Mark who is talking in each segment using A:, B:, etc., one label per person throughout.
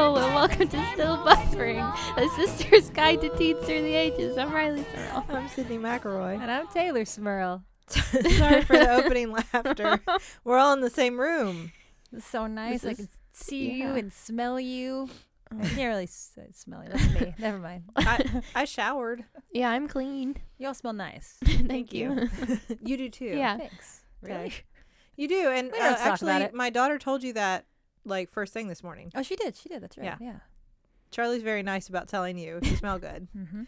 A: Welcome to Still Buffering, a sister's guide to teens through the ages. I'm Riley Sorrell.
B: I'm Sydney McElroy.
C: And I'm Taylor Smurl.
B: Sorry for the opening laughter. We're all in the same room.
C: It's so nice.
A: This
C: I
A: is-
C: can see
A: yeah.
C: you and smell you. I can't really s- uh, smell you. That's me. Never mind.
B: I, I showered.
A: Yeah, I'm clean.
C: You all smell nice.
A: Thank,
B: You do too.
A: Yeah.
C: Thanks.
B: Okay.
C: Really?
B: You do. And
C: We
B: uh,
C: don't talk about
B: actually,
C: it.
B: my daughter told you that like first thing this morning.
C: Oh, she did. She did. That's right.
B: Yeah.
C: Yeah.
B: Charlie's very nice about telling you you smell good.
C: Mm-hmm.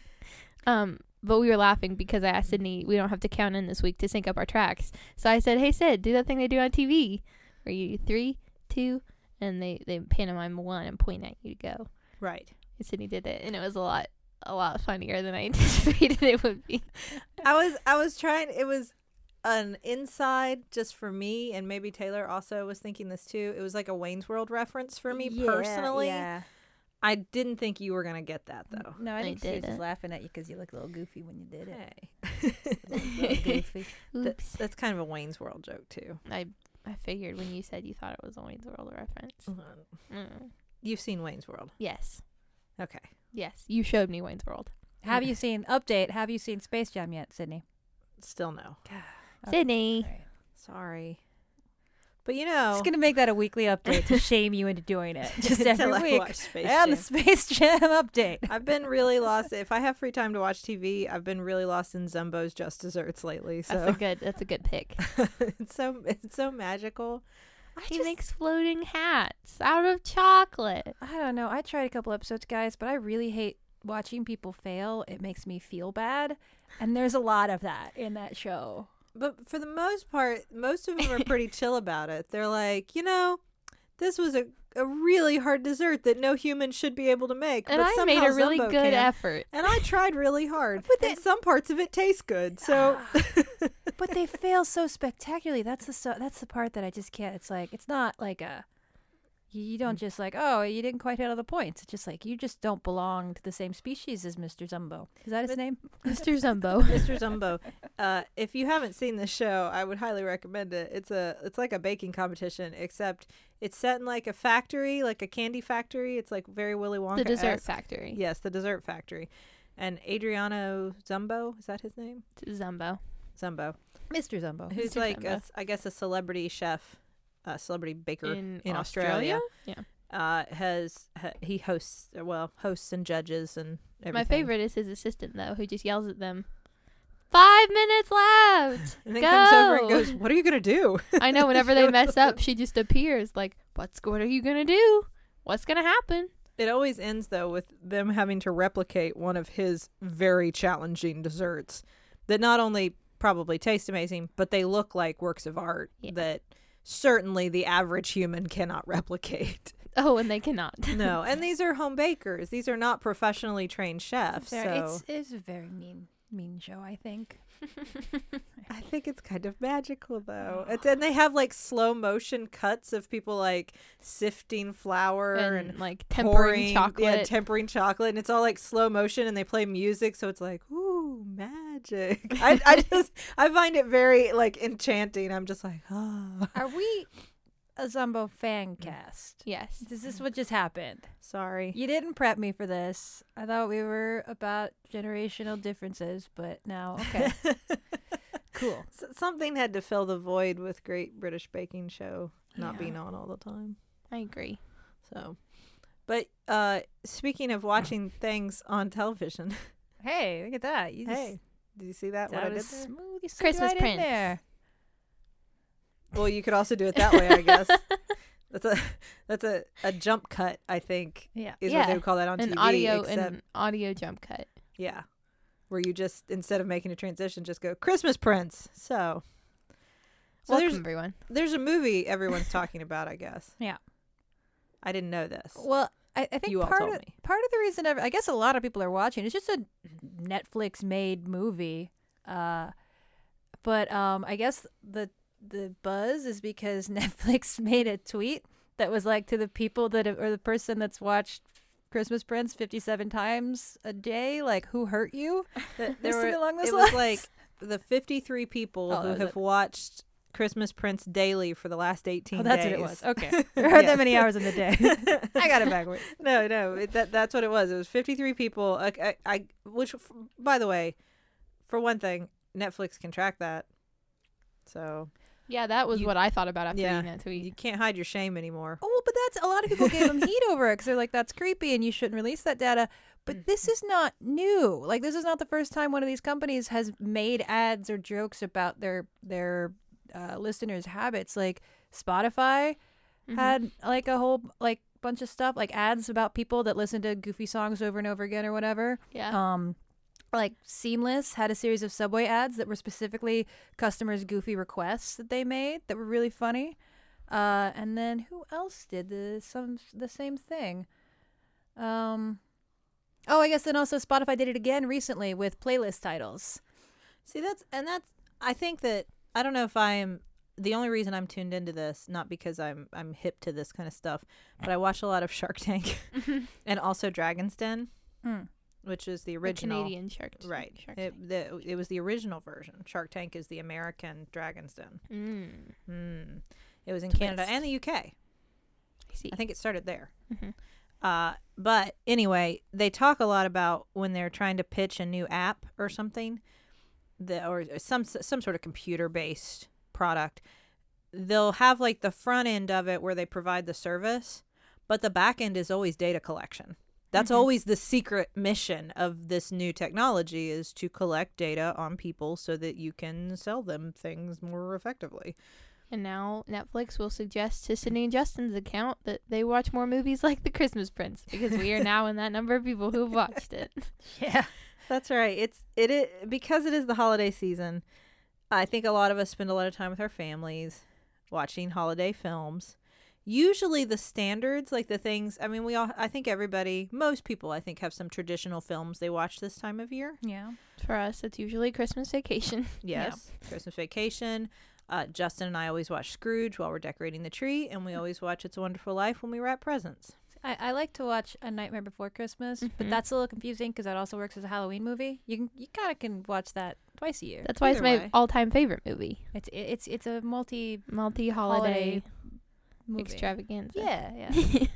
A: Um, but we were laughing because I asked Sydney we don't have to count in this week to sync up our tracks. So I said, "Hey Sid, do that thing they do on TV, where you do three, two, and they they pantomime one and point at you to go."
B: Right.
A: And Sydney did it, and it was a lot a lot funnier than I anticipated it would be.
B: I was I was trying it was an inside just for me and maybe Taylor also was thinking this too. It was like a Wayne's World reference for me personally.
C: Yeah.
B: I didn't think you were gonna get that though.
C: No, I
A: I
C: think she was
A: didn't.
C: just laughing at you because you looked a little goofy when you did it.
B: Hey.
C: Little goofy.
B: That-
A: Oops,
B: that's kind of a Wayne's World joke too.
A: I I figured when you said you thought it was a Wayne's World reference. Mm.
B: You've seen Wayne's World.
A: Yes,
B: Okay.
A: yes, you showed me Wayne's World.
C: Have you seen update? Have you seen Space Jam yet, Sydney?
B: Still no.
C: Okay.
A: Sydney,
B: Sorry. But you know,
C: Just gonna make that a weekly update to shame you into doing it. Just every
B: until I
C: week.
B: watch Space
C: and the
B: Jam.
C: Space Jam update.
B: I've been really lost. If I have free time to watch TV, I've been really lost in Zumbo's Just Desserts lately.
A: that's a
B: So
A: good that's a good pick.
B: it's so it's so magical. I
A: he
B: just-
A: makes floating hats out of chocolate.
C: I don't know. I tried a couple episodes, guys, but I really hate watching people fail. It makes me feel bad. And there's a lot of that in that show.
B: but for the most part, most of them are pretty chill about it. They're like, you know, this was a, a really hard dessert that no human should be able to make.
A: And
B: but
A: I made
B: somehow
A: a really
B: Zumbo
A: good
B: can.
A: effort.
B: And I tried really hard.
C: But
B: and some parts of it taste good. So
A: Ah.
C: But they fail so spectacularly. That's the so, that's the part that I just can't. It's like it's not like a you you don't just like oh you didn't quite hit all the points. It's just like you just don't belong to the same species as Mr. Zumbo. Is that his name?
A: Mr. Zumbo.
B: Mr. Zumbo, uh, if you haven't seen this show, I would highly recommend it. It's a it's like a baking competition, except it's set in like a factory, like a candy factory. It's like very Willy Wonka.
A: the dessert factory.
B: Yes, the dessert factory. And Adriano Zumbo is that his name?
A: Zumbo.
B: Zumbo,
C: Mr. Zumbo.
B: who's
A: Mr.
B: like a,
A: Zumbo.
B: I guess a celebrity chef, a celebrity baker
A: In,
B: in
A: Australia?
B: Australia.
A: Yeah.
B: Uh, has ha- he hosts well hosts and judges and everything.
A: My favorite is his assistant though, who just yells at them. Five minutes left.
B: And then comes over
A: Go!
B: and goes, "What are you gonna do?"
A: I know whenever they mess up, she just appears like, What's what are you gonna do? What's gonna happen?
B: It always ends though with them having to replicate one of his very challenging desserts that not only probably taste amazing, but they look like works of art
A: Yeah.
B: that certainly the average human cannot replicate.
A: Oh, and they cannot.
B: no, and these are home bakers. These are not professionally trained chefs. So
C: It's it's a very mean mean show. I think.
B: I think it's kind of magical though. It's, and they have like slow motion cuts of people like sifting flour
A: and,
B: and
A: like tempering
B: pouring-
A: chocolate.
B: Yeah, tempering chocolate, and it's all like slow motion, and they play music, so it's like ooh, magic. I, I just I find it very like enchanting. I'm just like ah,
C: Are we a Zumbo fan cast?
A: yes.
C: Is this what just happened?
B: sorry.
C: You didn't prep me for this. I thought we were about generational differences, but now, okay. cool.
B: S- something had to fill the void with Great British Baking Show not
A: Yeah.
B: being on all the time.
A: I agree.
B: So, but uh speaking of watching things on television,
C: Hey, look at that. You
B: hey, did you see that?
C: just,
B: What I did there?
C: smooth. You slid
A: Christmas
C: right in
A: Prince.
C: there.
B: Well, you could also do it that way, I guess. That's a that's a, a jump cut, I think,
C: Yeah.
B: is what they
A: Yeah,
B: would call that on
A: an
B: TV.
A: audio
B: except,
A: an audio jump cut.
B: yeah, where you just instead of making a transition, just go Christmas Prince. So, so
A: Welcome
B: there's
A: everyone.
B: there's a movie everyone's talking about, I guess.
C: Yeah.
B: I didn't know this.
C: Well, I, I think
B: You all
C: part,
B: told
C: of,
B: me.
C: part of the reason, I've, I guess a lot of people are watching, it's just a Netflix made movie. Uh, but um, I guess the the buzz is because Netflix made a tweet that was like to the people that have, or the person that's watched Christmas Prince 57 times a day, like, who hurt you?
B: Th-
C: Something along those
B: it was
C: lines.
B: like the 53 people
C: Oh, that
B: who
C: was
B: have
C: it.
B: watched Christmas Prince daily for the last 18
C: Oh, that's
B: days.
C: what it was. Okay. There aren't
B: Yes.
C: that many hours in the day. I got it backwards.
B: no, no, it, that that's what it was. It was 53 people. I, I, I which f- by the way, for one thing, Netflix can track that. So,
A: Yeah, that was
B: You-
A: what I thought about after
B: Yeah.
A: reading that tweet.
B: you can't hide your shame anymore.
C: Oh, but that's a lot of people gave him heat over it because they're like, that's creepy and you shouldn't release that data. But this is not new. Like, this is not the first time one of these companies has made ads or jokes about their their uh, listeners' habits. Like Spotify
A: Mhm.
C: had like a whole like bunch of stuff like ads about people that listen to goofy songs over and over again or whatever.
A: yeah.
C: Um, like Seamless had a series of Subway ads that were specifically customers' goofy requests that they made that were really funny. Uh, and then who else did the some the same thing? Um, oh, I guess then also Spotify did it again recently with playlist titles.
B: See, that's and that's. I think that I don't know if I'm the only reason I'm tuned into this, not because I'm I'm hip to this kind of stuff, but I watch a lot of Shark Tank
A: Mm-hmm.
B: and also Dragon's Den,
C: Hmm.
B: which is the
A: The
B: original.
A: Canadian shark.
B: Right.
A: Shark Tank.
B: It, the, it was the original version. Shark Tank is the American Dragon's Den.
A: Mm,
B: Mm. It was in Canada
C: Twist.
B: and the UK.
A: I see.
B: I think it started there.
A: Mhm.
B: Uh, but anyway, they talk a lot about when they're trying to pitch a new app or something, the, or some some sort of computer based product. They'll have like the front end of it where they provide the service, but the back end is always data collection. That's
A: Mhm.
B: always the secret mission of this new technology is to collect data on people so that you can sell them things more effectively.
A: And now Netflix will suggest to Sydney and Justin's account that they watch more movies like The Christmas Prince because we are now in that number of people who have watched it.
C: Yeah.
B: That's right. It's it, it because it is the holiday season. I think a lot of us spend a lot of time with our families watching holiday films. Usually the standards like the things I mean we all I think everybody most people I think have some traditional films they watch this time of year.
C: Yeah.
A: For us, it's usually Christmas Vacation.
C: Yeah.
B: Yes. Christmas Vacation. Uh, Justin and I always watch Scrooge while we're decorating the tree and we always watch It's a Wonderful Life when we wrap presents.
C: I, I like to watch A Nightmare Before Christmas,
A: Mhm.
C: but that's a little confusing because that also works as a Halloween movie. You can you kind of can watch that twice a year.
A: That's why it's
B: Either
A: my
B: way.
A: all-time favorite movie.
C: It's it's it's a multi
A: Multi-holiday
C: movie.
A: extravaganza.
C: Yeah, yeah.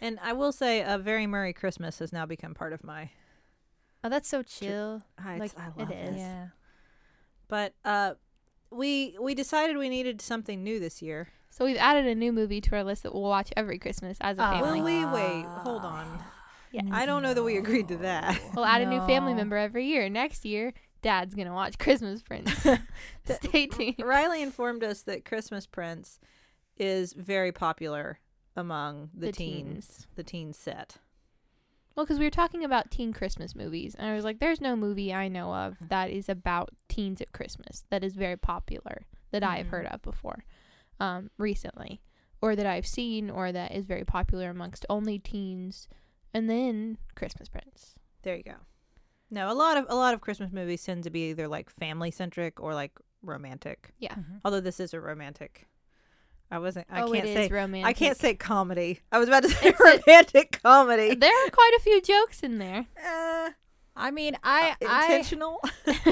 B: And I will say a very Merry Christmas has now become part of my
C: Oh, that's so chill.
B: I,
C: Like,
B: I
A: it is.
B: this.
C: Yeah.
B: But uh, we we decided we needed something new this year.
A: So we've added a new movie to our list that we'll watch every Christmas as a
C: Oh.
A: family.
B: Will
C: Well,
B: we wait? Hold on.
A: Yeah.
B: I don't know that we agreed to that.
A: We'll add a new family
C: No.
A: member every year. Next year, Dad's gonna watch Christmas Prince. Stay tuned.
B: Riley informed us that Christmas Prince is very popular among the, teens, the teen set.
A: Well, because we were talking about teen Christmas movies, and I was like, "There's no movie I know of that is about teens at Christmas that is very popular that I have
B: Mhm.
A: heard of before, um, recently, or that I've seen, or that is very popular amongst only teens." And then Christmas Prince.
B: There you go. No, a lot of a lot of Christmas movies tend to be either like family centric or like romantic.
A: Yeah.
B: Although this is a romantic. I wasn't. I
A: oh,
B: can't
A: it is
B: say.
A: romantic.
B: I can't say comedy. I was about to say
A: It's a-
B: romantic comedy.
A: There are quite a few jokes in there.
B: Uh,
C: I mean, I I
B: intentional.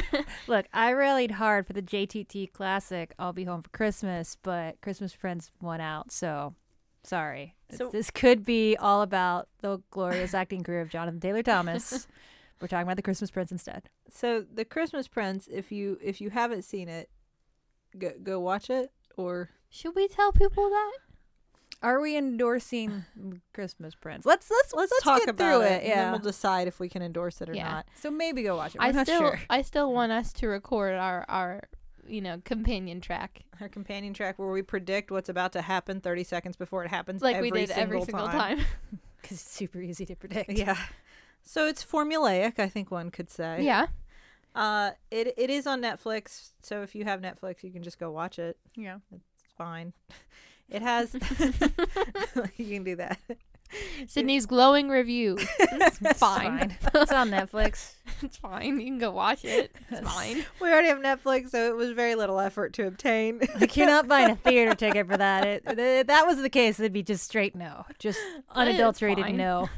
C: look, I rallied hard for the JTT classic. I'll be home for Christmas, but Christmas Prince won out, so sorry. This-
B: So-
C: this could be all about the glorious acting career of Jonathan Taylor Thomas. We're talking about the Christmas Prince instead.
B: So the Christmas Prince, if you if you haven't seen it, go go watch it. Or
A: Should we tell people that?
C: Are we endorsing Christmas Prince? Let's let's let's,
B: talk
C: get
B: about
C: through
B: it,
C: it.
B: and then
C: Yeah.
B: we'll decide if we can endorse it or
A: Yeah.
B: not.
C: so maybe go watch it. We're
A: I
C: not
A: still,
C: sure.
A: I still want us to record our our, you know, companion track
B: Our companion track where we predict what's about to happen thirty seconds before it happens,
A: like
B: every
A: we did
B: single
A: every single
B: time.
A: time.
C: because it's super easy to predict.
B: Yeah. So it's formulaic, I think one could say.
A: yeah.
B: Uh, it it is on Netflix, so if you have Netflix, you can just go watch it.
C: yeah.
B: It's fine. It has. you can do that.
A: Sydney's glowing review. It's fine.
C: it's on Netflix.
A: It's fine. You can go watch it. It's fine.
B: We already have Netflix, so it was very little effort to obtain.
C: Like you're not buying a theater ticket for that. It, if that was the case, it'd be just straight no, just unadulterated
A: fine.
C: no.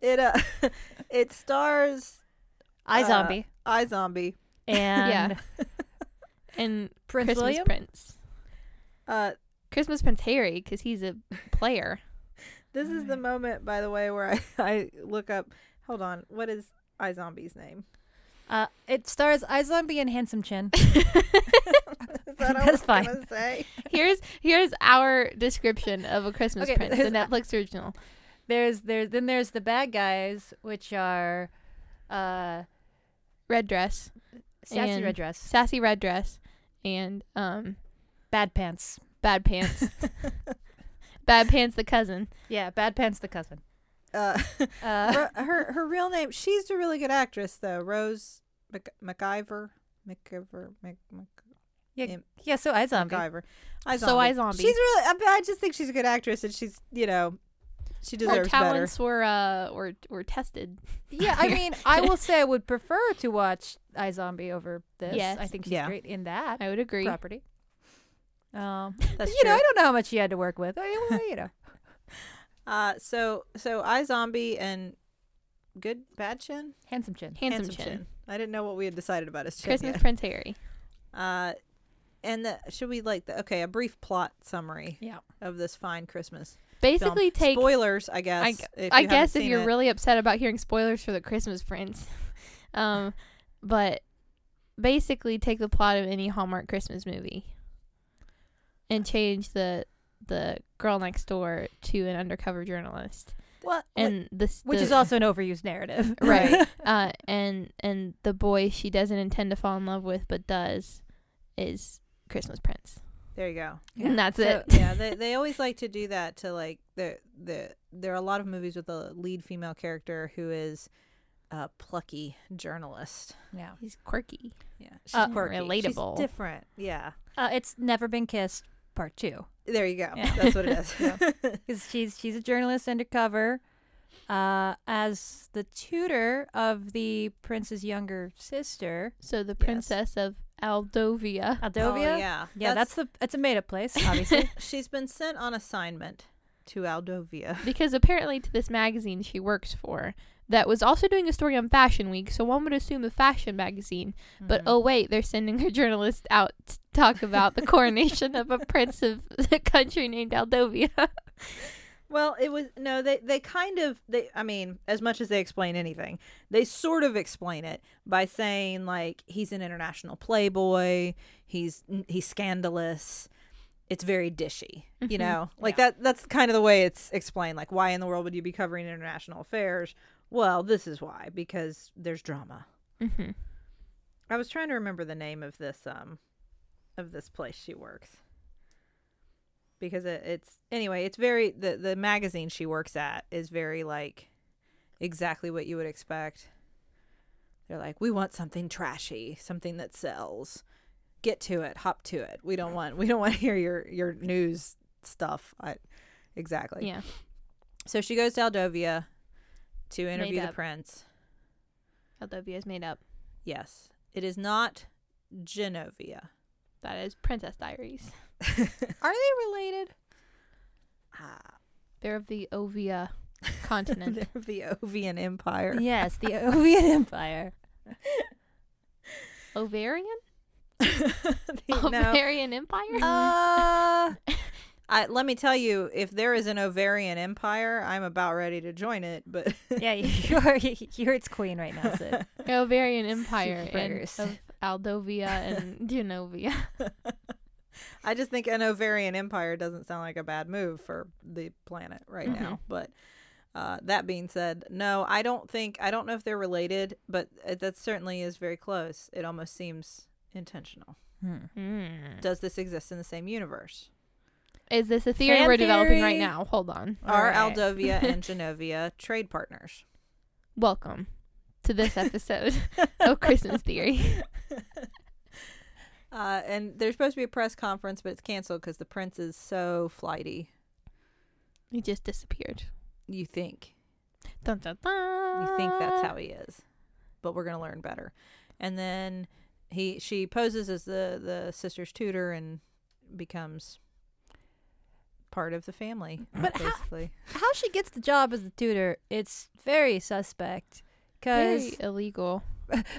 B: It uh, it stars
C: I
B: Uh,
C: Zombie
B: iZombie.
C: Uh, and
A: And
C: Prince
A: Christmas
C: William.
A: Prince.
B: Uh,
A: Christmas Prince Harry because he's a player.
B: this is the moment, by the way, where I, I look up. Hold on, what is iZombie's name?
C: Uh, it stars iZombie and Handsome Chin.
B: Is that all
C: That's
B: I'm
C: fine.
B: gonna say?
A: here's here's our description of a Christmas
C: Okay,
A: Prince, the
C: there's-
A: Netflix original.
C: There's there's then there's the bad guys, which are uh
A: Red dress,
C: sassy
A: And-
C: red dress,
A: sassy red dress, and um
C: bad pants.
A: bad pants. bad pants, the cousin.
C: Yeah, bad pants the cousin.
B: Uh,
C: Uh,
B: her, her her real name. She's a really good actress though. Rose Mc, McIver. McIver. Mc, Mc,
C: yeah, so iZombie.
B: McIver. iZombie.
A: So iZombie.
B: She's really. I, I just think she's a good actress, and she's you know, she
A: Her
B: deserves better.
A: talents were uh were were tested.
C: Yeah, I mean, I will say I would prefer to watch iZombie over this.
A: Yes.
C: I think she's
B: Yeah.
C: great in that
A: I would agree.
C: property. Um,
B: That's
C: you know, I
B: true.
C: don't know how much she had to work with. I, well, you know,
B: Uh, so so iZombie and good bad chin.
C: handsome chin.
A: Handsome, chin.
B: I didn't know what we had decided about his chin.
A: Christmas
B: yet.
A: Prince Harry.
B: Uh, and the, should we like the okay a brief plot summary
C: Yeah.
B: of this fine Christmas? film.
A: Basically, take.
B: spoilers, I guess.
A: I,
B: if
A: I
B: you haven't
A: guess if
B: seen
A: you're
B: it.
A: really upset about hearing spoilers for the Christmas Prince, um, but basically take the plot of any Hallmark Christmas movie and change the the girl next door to an undercover journalist
C: Well,
A: and this
C: which
A: the-
C: is also an overused narrative,
A: right uh, and and the boy she doesn't intend to fall in love with but does is Christmas Prince
B: there, you go.
A: and that's
B: So,
A: it
B: yeah, they they always like to do that to like the the there are a lot of movies with a lead female character who is a plucky journalist.
C: yeah,
A: he's quirky
B: Yeah, she's
C: Uh,
B: quirky.
A: relatable.
B: She's different. Yeah.
C: uh, it's never been kissed. Part two.
B: There you go.
C: Yeah.
B: That's what it is.
C: Yeah. because she's she's a journalist undercover uh, as the tutor of the prince's younger sister,
A: so the princess of Aldovia
B: Oh,
C: Aldovia. yeah,
B: yeah.
C: that's, the it's a made up place, obviously.
B: she's been sent on assignment to Aldovia.
A: because apparently to this magazine she works for that was also doing a story on fashion week so one would assume a fashion magazine but oh wait they're sending their journalist out to talk about the coronation of a prince of a country named aldovia
B: Well, it was no, they they kind of they I mean, as much as they explain anything, they sort of explain it by saying like he's an international playboy, he's he's scandalous. It's very dishy, you know. Like that that's kind of the way it's explained like why in the world would you be covering international affairs? Well, this is why because there's drama.
A: mm-hmm.
B: I was trying to remember the name of this um of this place she works because it, it's anyway it's very the the magazine she works at is very like exactly what you would expect. They're like we want something trashy, something that sells. Get to it, hop to it. We don't want we don't want to hear your your news stuff. I, exactly.
A: yeah
B: So she goes to Aldovia to interview the
A: up.
B: prince.
A: aldovia is made up
B: Yes. It is not Genovia.
A: that is princess diaries
B: Are they related?
A: they're of the ovia continent
B: the Ovian Empire.
C: yes, the Ovian Empire.
A: ovarian
B: no,
A: ovarian empire
C: Uh,
B: I, let me tell you, if there is an Ovarian Empire, I'm about ready to join it. But
C: yeah, you're you're its queen right now, Sid.
A: ovarian empire and
C: Prayers.
A: of aldovia and genovia
B: I just think an Ovarian Empire doesn't sound like a bad move for the planet right now. But uh, that being said, no, I don't think I don't know if they're related, but uh, that certainly is very close. It almost seems intentional.
A: Hmm.
B: Does this exist in the same universe?
A: Is this a theory
C: Fan
A: we're developing
C: theory.
A: right now? Hold on.
B: Are
C: Alright.
B: Aldovia and Genovia trade partners?
A: Welcome to this episode of Christmas Theory.
B: Uh, and there's supposed to be a press conference, but it's canceled because the prince is so flighty.
A: He just disappeared.
B: You think
A: Dun, dun, dun.
B: you think that's how he is, but we're gonna learn better. And then he she poses as the the sister's tutor and becomes part of the family.
C: But how-
B: basically,
C: How she gets the job as the tutor, it's very suspect. Because
A: Very illegal.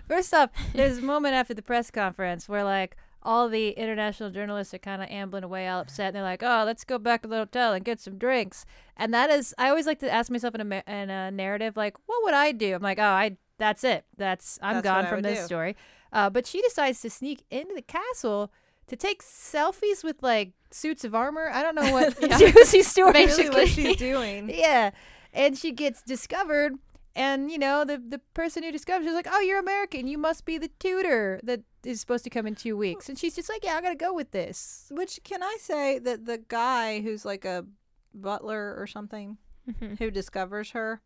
C: First off, there's a moment after the press conference where like, all the international journalists are kind of ambling away all upset and they're like oh let's go back to the hotel and get some drinks and that is i always like to ask myself in a, ma- in a narrative like what would i do i'm like oh i that's it that's i'm
B: That's
C: gone
B: what I
C: from
B: would
C: this
B: do.
C: story uh, but she decides to sneak into the castle to take selfies with like suits of armor i don't know what
A: Yeah.
C: juicy story
A: Basically.
B: Really what she's doing.
C: yeah. And she gets discovered. And, you know, the, the person who discovers is like, oh, you're American. You must be the tutor that is supposed to come in two weeks. And she's just like, yeah, I got to go with this.
B: Which can I say that the guy who's like a butler or something
A: Mhm.
C: Mm-hmm.
B: who discovers her,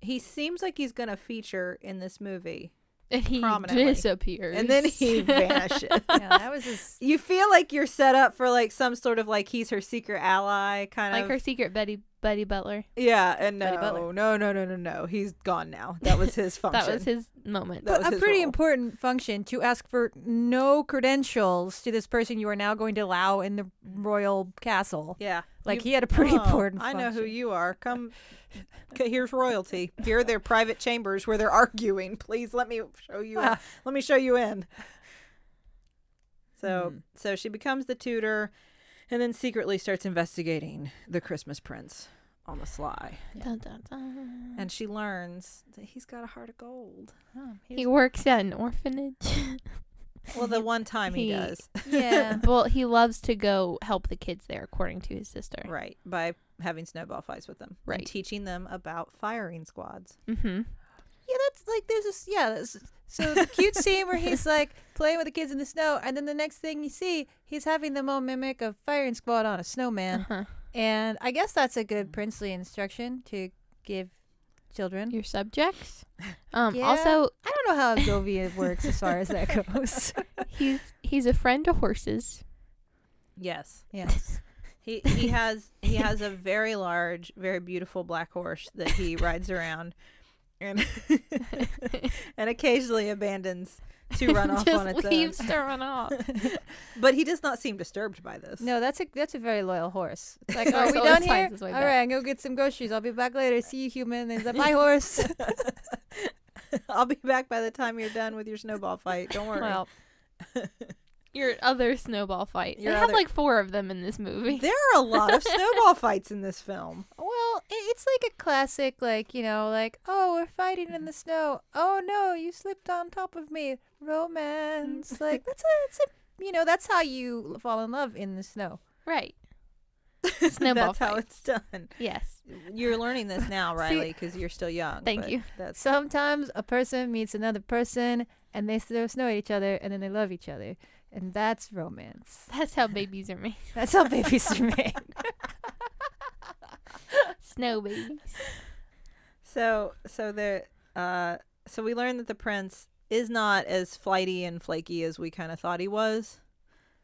B: he seems like he's gonna feature in this movie,
A: and he
B: Prominently.
A: disappears.
B: and then he vanishes.
C: Yeah, that was just.
B: You feel like you're set up for like some sort of like he's her secret ally kind
A: like
B: of
A: her secret Betty Betty Butler.
B: yeah and
C: Buddy
B: no
C: Butler.
B: no no no no no he's gone now that was his function
A: That was his moment.
B: That was
C: A
B: his
C: pretty
B: role.
C: important function to ask for no credentials to this person you are now going to allow in the royal castle.
B: yeah
C: Like,
B: You-
C: he had a pretty
B: Oh,
C: important
B: I
C: function.
B: know who you are come okay, here's royalty here are their private chambers where they're arguing please let me show you in. let me show you in
C: Hmm.
B: so so she becomes the tutor and then secretly starts investigating the Christmas prince on the sly
A: Dun, dun, dun.
B: and she learns that he's got a heart of gold
C: Oh,
A: He works at an orphanage.
B: well the one time he
A: He-
B: does
C: yeah.
A: well, he loves to go help the kids there, according to his sister.
B: Right. By having snowball fights with them.
A: Right.
B: And teaching them about firing squads.
A: Mm-hmm.
C: yeah, that's like there's this yeah. That's, so the cute scene where he's like playing with the kids in the snow, and then the next thing you see, he's having them all mimic a firing squad on a snowman.
A: Uh-huh.
C: And I guess that's a good princely instruction to give children.
A: Your subjects. Um,
C: Yeah.
A: Also,
C: I don't know how Govia works as far as that goes.
A: he's he's a friend to horses.
B: Yes.
C: yes.
B: He he has he has a very large, very beautiful black horse that he rides around and and occasionally abandons to run off
A: Just
B: on its
A: leaves to run off.
B: own. But he does not seem disturbed by this.
C: No, that's a that's a very loyal horse. It's like,
A: Horse
C: are we
A: always
C: done
A: finds
C: here?
A: his
C: All
A: way back.
C: right, I'm gonna get some groceries. I'll be back later. See you, human. Is that my horse?
B: I'll be back by the time you're done with your snowball fight. Don't worry.
C: well,
A: Your other snowball fight.
B: Your
A: they have
B: other-
A: like four of them in this movie.
B: there are a lot of snowball fights in this film.
C: Well, i- it's like a classic, like, you know, like, oh, we're fighting in the snow. Oh, no, you slipped on top of me. Romance. Like, that's a, it's a, you know, that's how you l- fall in love in the snow.
A: right. Snowball
B: That's how
A: fight.
B: it's done.
A: Yes.
B: You're learning this now, Riley, because you're still young.
A: Thank
B: but
A: you.
B: That's
C: Sometimes a person meets another person and they throw snow at each other and then they love each other. And that's romance.
A: That's how babies are made.
C: That's how babies are made.
A: Snow babies.
B: So so the uh so we learned that the prince is not as flighty and flaky as we kind of thought he was.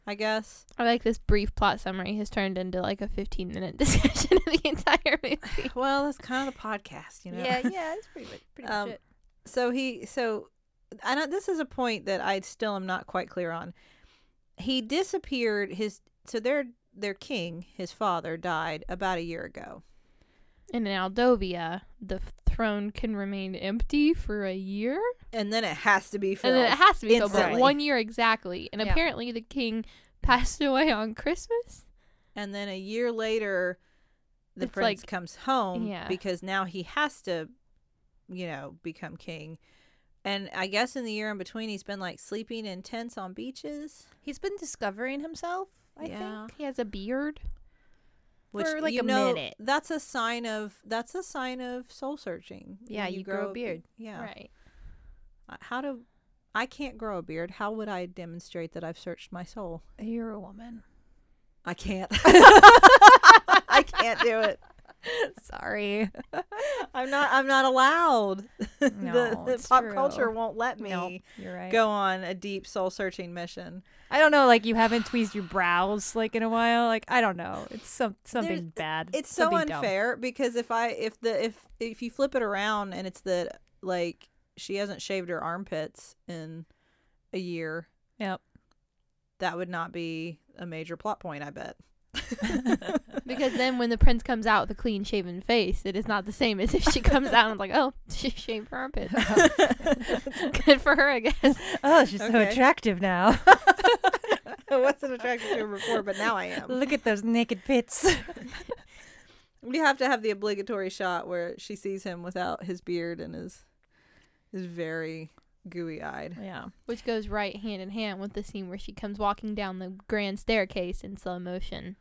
B: I guess.
A: I like this brief plot summary has turned into like a 15 minute discussion of the entire movie.
B: Well, that's kind of the podcast, you know.
C: Yeah, yeah, that's pretty much, pretty
B: Um,
C: much it.
B: So he so I know this is a point that I still am not quite clear on. He disappeared his so their their king, his father died about a year ago.
A: And in Aldovia, the throne can remain empty for a year.
B: And then it has to be filled.
A: And then it has to be filled for
B: Instantly.
A: one year exactly. And
C: Yeah.
A: apparently the king passed away on Christmas.
B: and then a year later the
A: It's
B: prince
A: like-
B: comes home
A: yeah.
B: because now he has to you know become king and i guess in the year in between he's been like sleeping in tents on beaches
C: He's been discovering himself, I think.
A: He has a beard.
B: which
C: For, like,
B: you
C: a
B: know,
C: minute.
B: that's a sign of that's a sign of soul searching
C: Yeah,
B: when
C: you grow a beard.
B: yeah
A: Right.
B: Uh, how do i can't grow a beard how would i demonstrate that i've searched my soul
C: You're a woman.
B: i can't i can't do it
C: Sorry.
B: i'm not i'm not allowed the,
C: No,
B: the
C: it's
B: pop
C: true.
B: culture won't let me
C: No, you're right.
B: go on a deep soul searching mission.
C: I don't know, like you haven't tweezed your brows like in a while. Like I don't know, it's some
B: There's-
C: something bad.
B: It's so
C: something dumb.
B: unfair because if I if the if if you flip it around and it's that like she hasn't shaved her armpits in a year,
C: Yep.
B: that would not be a major plot point, I bet.
A: because then when the prince comes out with a clean shaven face, it is not the same as if she comes out and like, oh, she shaved her armpit. Good for her, I guess.
C: oh, she's so
B: Okay.
C: attractive now.
B: I wasn't attracted to her before, but now I am.
C: Look at those naked pits.
B: We have to have the obligatory shot where she sees him without his beard and his is very gooey eyed.
D: yeah.
A: Which goes right hand in hand with the scene where she comes walking down the grand staircase in slow motion,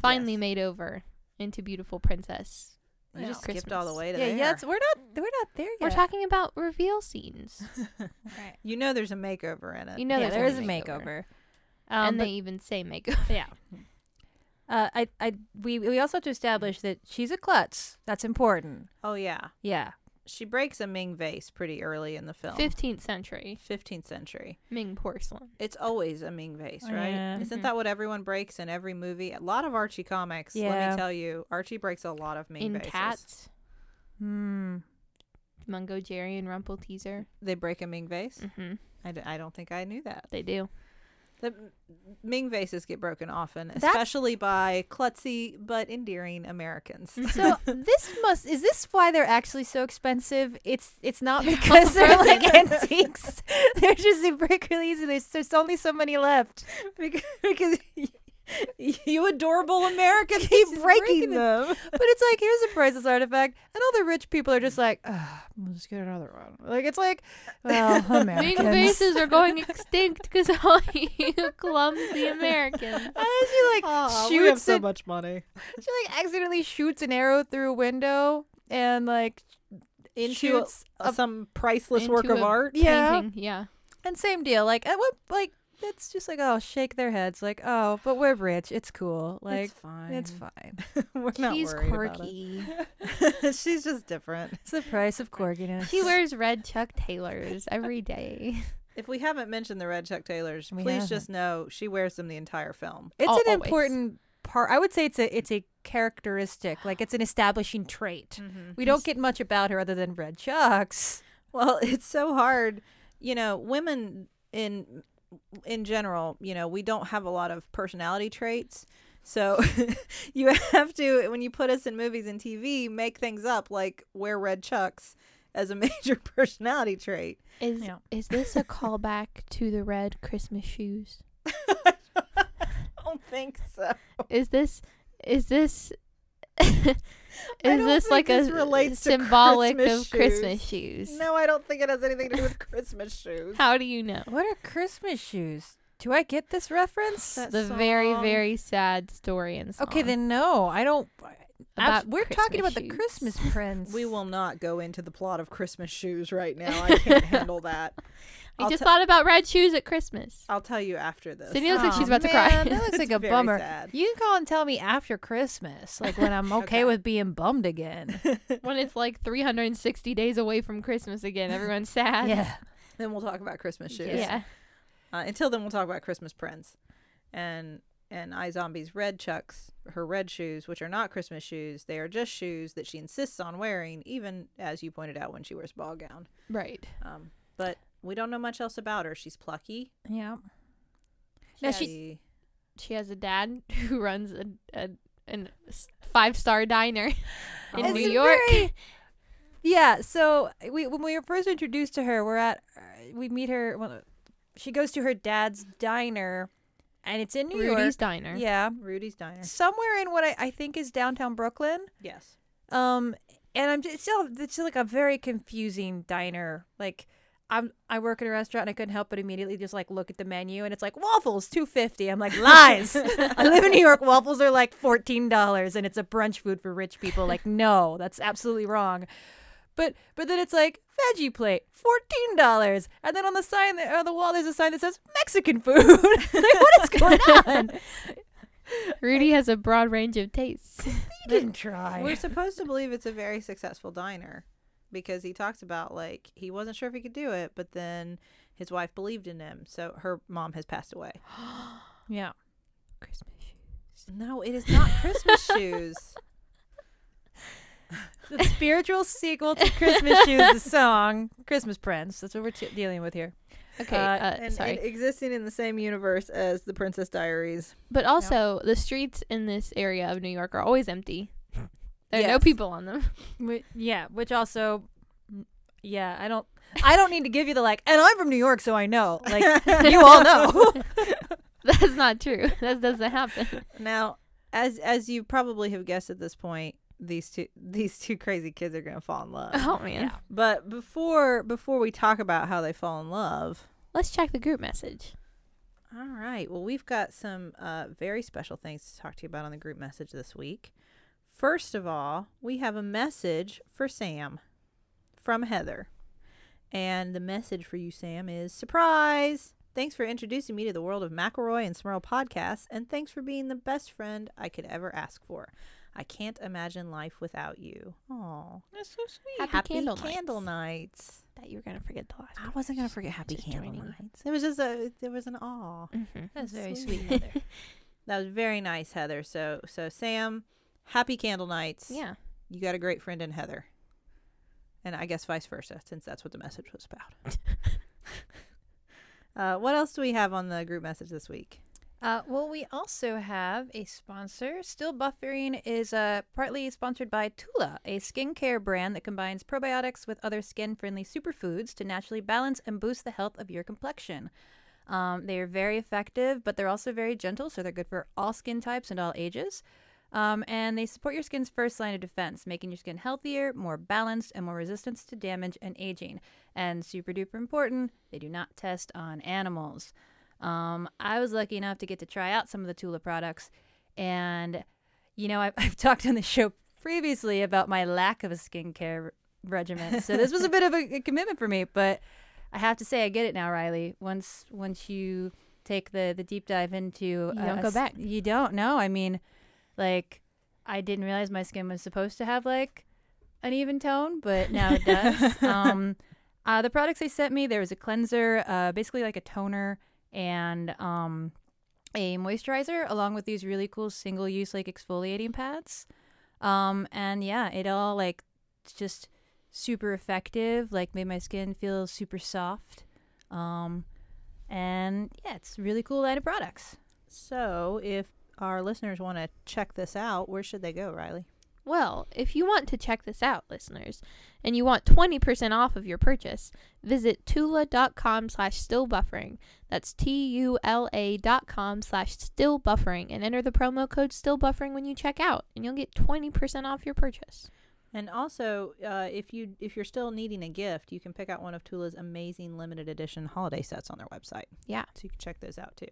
A: finally
B: Yes.
A: made over into beautiful princess.
B: You just
A: Christmas.
B: skipped all the way to
C: yeah,
B: there.
C: yeah. It's, we're not. We're not there yet.
A: We're talking about reveal scenes.
C: Right.
B: You know there's a makeover in it.
A: You know,
C: yeah,
A: there's
C: there
A: gonna
C: is a
A: be
C: makeover. Um,
A: and
C: but-
A: they even say makeover.
C: Yeah. Uh, I, I, we, we also have to establish that she's a klutz. That's important.
B: oh yeah.
C: Yeah.
B: She breaks a Ming vase pretty early in the film.
A: Fifteenth century
B: 15th century.
A: Ming porcelain.
B: It's always a Ming vase, right?
D: Yeah.
B: Isn't
A: Mhm.
B: that what everyone breaks in every movie? A lot of Archie comics, let
C: Yeah.
B: me tell you, Archie breaks a lot of Ming
A: in
B: vases.
A: cats,
C: Hmm.
A: Mungo Jerry and Rumple Teaser.
B: They break a Ming vase?
A: hmm
B: I, d- I don't think I knew that.
A: They do.
B: The Ming vases get broken often,
C: That's-
B: especially by klutzy but endearing Americans.
C: So this must is this why they're actually so expensive? It's it's not because they're like antiques. They're just they break really easy. There's there's only so many left.
B: because because you adorable Americans keep
C: She's
B: breaking,
C: breaking it.
B: them.
C: But it's like here's a priceless artifact, and all the rich people are just like, "Ugh, we'll just get another one. Like it's like, well,
A: Ming
C: Americans.
A: vases are going extinct because all you clumsy Americans.
C: And then she like shoots it.
B: much money
C: She like accidentally shoots an arrow through a window and like
B: into a-
C: shoots a
B: some priceless
A: Into
B: work of
A: a-
B: art.
C: yeah.
A: Painting, yeah.
C: And same deal. Like at what like it's just like oh shake their heads like oh but we're rich it's cool like
B: it's fine.
C: it's fine.
B: We're not
A: She's
B: worried about
A: quirky.
B: it. She's just different.
C: It's the price of quirkiness.
A: She wears red Chuck Taylors every day.
B: If we haven't mentioned the Red Chuck Taylors,
C: We
B: please
C: haven't.
B: just know she wears them the entire film.
C: It's
A: al-
C: an
A: always.
C: important part. I would say it's a it's a characteristic like it's an establishing trait. We don't get much about her other than red chucks.
B: Well, it's so hard. You know, women in in general, you know, we don't have a lot of personality traits. So you have to when you put us in movies and TV, make things up like wear red chucks as a major personality trait.
A: Is
C: Yeah.
A: is this a callback to the red Christmas shoes?
B: I don't think so.
A: Is this is this is
B: don't
A: this
B: think
A: like
B: this
A: a
B: relates to
A: symbolic
B: Christmas
A: of Christmas shoes?
B: No, I don't think it has anything to do with Christmas shoes.
A: How do you know?
C: What are Christmas shoes? Do I get this reference?
B: That
A: the very
B: song.
A: very sad story and song
C: okay, then no, I don't.
A: about
C: Abs- we're talking about the
A: shoes.
C: Christmas prince.
B: We will not go into the plot of Christmas shoes right now. I can't handle that.
A: I
B: I'll
A: just
B: t-
A: thought about red shoes at Christmas.
B: I'll tell you after this.
A: Sydney looks like she's
C: Aw,
A: about to
C: man,
A: cry.
C: That looks like
B: It's
C: a
B: very
C: bummer.
B: sad.
C: You can call and tell me after Christmas, like when I'm okay,
B: Okay.
C: with being bummed again.
A: when it's like 360 days away from Christmas again, everyone's sad.
C: yeah.
B: Then we'll talk about Christmas shoes.
A: Yeah.
B: Uh, until then, we'll talk about Christmas Prince, and and iZombie's red chucks, her red shoes, which are not Christmas shoes. They are just shoes that she insists on wearing, even as you pointed out when she wears a ball gown.
A: Right.
B: Um, but we don't know much else about her. She's plucky.
C: Yeah. Now she-
B: she
A: She has a dad who runs a, a, an five star diner in
C: It's
A: New
C: a
A: York.
C: very- yeah. So we when we were first introduced to her, we're at uh, we meet her. Well, she goes to her dad's diner, and it's in New
A: Rudy's Diner.
C: York. Yeah,
B: Rudy's diner.
C: somewhere in what I, I think is downtown Brooklyn.
B: Yes.
C: Um, and I'm just still it's still like a very confusing diner. Like I'm I work in a restaurant and I couldn't help but immediately just like look at the menu and it's like waffles two fifty. I'm like lies. I live in New York. Waffles are like fourteen dollars and it's a brunch food for rich people. Like no, that's absolutely wrong. But but then it's like veggie plate fourteen dollars, and then on the sign that, on the wall there's a sign that says Mexican food. like what is going on?
A: Rudy has a broad range of tastes.
C: You didn't try.
B: We're supposed to believe it's a very successful diner because he talks about like he wasn't sure if he could do it, but then his wife believed in him. So her mom has passed away.
C: yeah.
A: Christmas shoes.
B: No, it is not Christmas shoes.
C: the spiritual sequel to Christmas Shoes, the song Christmas Prince. That's what we're t- dealing with here.
A: Okay, uh,
B: and,
A: sorry.
B: and existing in the same universe as the Princess Diaries.
A: but also, the streets in this area of New York are always empty. There are no
D: Yes.
A: people on them.
C: Wh- yeah, which also, mm, yeah, I don't, I don't need to give you the like, and I'm from New York, so I know. Like you all know.
A: That's not true. That doesn't happen.
B: Now, as as you probably have guessed at this point, these two these two crazy kids are gonna fall in love.
A: Oh man.
B: But before before we talk about how they fall in love,
A: Let's check the group message.
B: all right. Well, we've got some uh, very special things to talk to you about on the group message this week. First of all, we have a message for Sam from Heather, and the message for you, Sam, is surprise. Thanks for introducing me to the world of McElroy and Smurl podcasts, and thanks for being the best friend I could ever ask for. I can't imagine life without you. Aw.
D: That's so sweet.
A: Happy candle nights.
B: nights.
A: That you were gonna forget the last.
B: I wasn't gonna forget Happy
A: just
B: Candle
A: joining you.
B: Nights. It was just a there was an awe.
A: Mm-hmm.
C: That's very
B: Sweet.
C: sweet. Heather.
B: That was very nice, Heather. So so Sam, Happy Candle Nights.
A: Yeah.
B: you got a great friend in Heather, and I guess vice versa, since that's what the message was about. uh, what else do we have on the group message this week?
C: Uh, well, we also have a sponsor. Still Buffering is uh, partly sponsored by Tula, a skincare brand that combines probiotics with other skin friendly superfoods to naturally balance and boost the health of your complexion. Um, they are very effective, but they're also very gentle, so they're good for all skin types and all ages. Um, and they support your skin's first line of defense, making your skin healthier, more balanced, and more resistant to damage and aging. And super duper important, they do not test on animals. Um, I was lucky enough to get to try out some of the Tula products, and you know, I've, I've talked on the show previously about my lack of a skincare regimen, so this was a bit of a, a commitment for me. But I have to say, I get it now, Riley. Once once you take the the deep dive into, you
A: don't go back.
C: You don't. No, I mean, like, I didn't realize my skin was supposed to have like an even tone, but now it does. um, uh, the products they sent me, there was a cleanser, uh, basically like a toner, and um, a moisturizer, along with these really cool single-use like exfoliating pads. Um, and yeah, it all like it's just super effective. Like made my skin feel super soft. Um, and yeah, it's a really cool line of products.
B: So if our listeners want to check this out, where should they go, Riley?
A: Well, if you want to check this out, listeners, and you want 20% off of your purchase, visit tula.com slash stillbuffering. That's T-U-L-A dot com slash stillbuffering and enter the promo code stillbuffering when you check out, and you'll get 20% off your purchase.
B: And also, uh, if you if you're still needing a gift, you can pick out one of Tula's amazing limited edition holiday sets on their website.
A: Yeah.
B: So you can check those out too.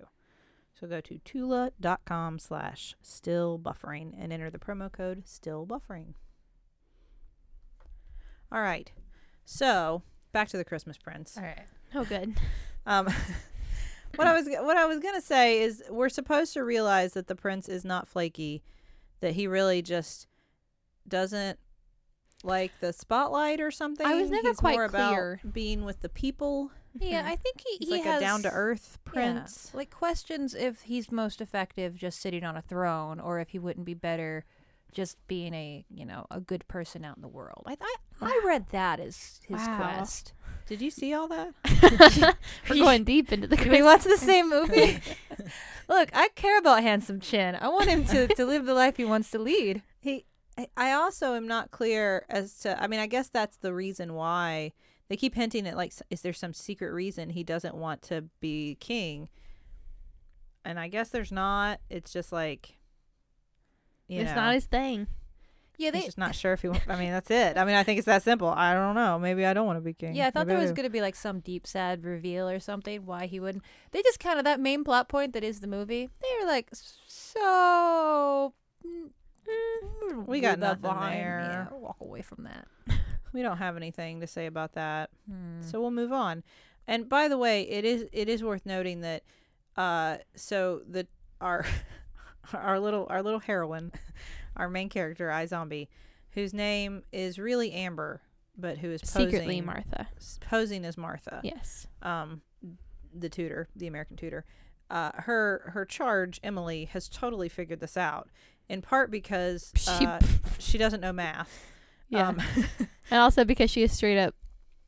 B: So go to tula.com slash still buffering and enter the promo code still buffering. All right. So back to the Christmas Prince.
C: All right.
A: Oh, good.
B: Um, what I was what I was gonna say is we're supposed to realize that the prince is not flaky, that he really just doesn't like the spotlight or something.
A: I was never
B: He's
A: quite
B: more
A: clear.
B: about being with the people.
C: Yeah, I think he
B: Hmm. He's
C: he
B: like
C: has
B: a down to earth
C: yeah,
B: prince.
C: like questions if he's most effective just sitting on a throne, or if he wouldn't be better just being a you know a good person out in the world. I I, I read that as his
A: Wow.
C: quest.
B: Did you see all that?
A: We're going deep into the
C: Did we
A: Christmas.
C: watch the same movie? Look, I care about handsome Chin. I want him to, to live the life he wants to lead.
B: He. I- I also am not clear as to. I mean, I guess that's the reason why they keep hinting at like, s- is there some secret reason he doesn't want to be king? And I guess there's not. It's just like. You
A: It's
B: know.
A: not his thing.
C: Yeah,
B: He's
C: they.
B: just not sure if he. wa- I mean, that's it. I mean, I think it's that simple. I don't know. Maybe I don't want to be king.
C: Yeah, I thought
B: Maybe
C: there was
B: do.
C: going to be like some deep sad reveal or something why he wouldn't. They just kind of that main plot point that is the movie. They were like, so. mm, mm,
B: We got
C: leave that
B: nothing
C: behind.
B: there.
C: Yeah, walk away from that.
B: We don't have anything to say about that,
C: Hmm.
B: so we'll move on. And by the way, it is it is worth noting that. Uh, so the our our little our little heroine, our main character, I Zombie, whose name is really Amber, but who is posing, Uh,
A: Secretly, Martha.
B: posing as Martha.
A: Yes.
B: um, the tutor, the American tutor, uh, her her charge Emily has totally figured this out. In part because
A: She-
B: uh, she doesn't know math.
A: Yeah.
B: Um,
A: and also because she is straight up,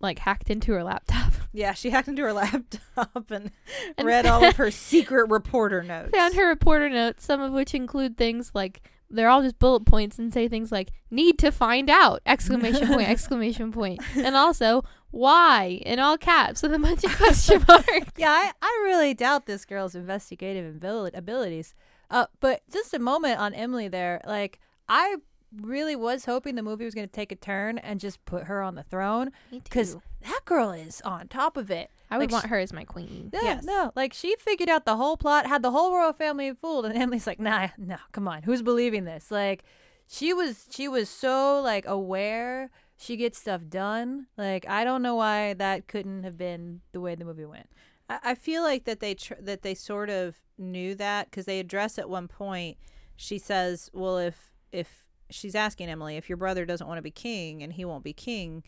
A: like, hacked into her laptop.
B: Yeah, she hacked into her laptop and,
A: And-
B: read all of her secret reporter notes.
A: Found her reporter notes, some of which include things like they're all just bullet points and say things like "need to find out!" exclamation point exclamation point, and also "why" in all caps with a bunch of question marks.
C: Yeah, I, I really doubt this girl's investigative abili- abilities. Uh, but just a moment on Emily there. Like, I really was hoping the movie was going to take a turn and just put her on the throne because that girl is on top of it.
A: I would
C: like,
A: want her as my queen.
C: Yeah,
B: Yes.
C: no, like she figured out the whole plot, had the whole royal family fooled, and Emily's like, nah, no, come on, who's believing this? Like, she was, she was so like aware. She gets stuff done. Like, I don't know why that couldn't have been the way the movie went.
B: I, I feel like that they tr- that they sort of knew that because they address at one point. She says, "Well, if if she's asking Emily if your brother doesn't want to be king and he won't be king,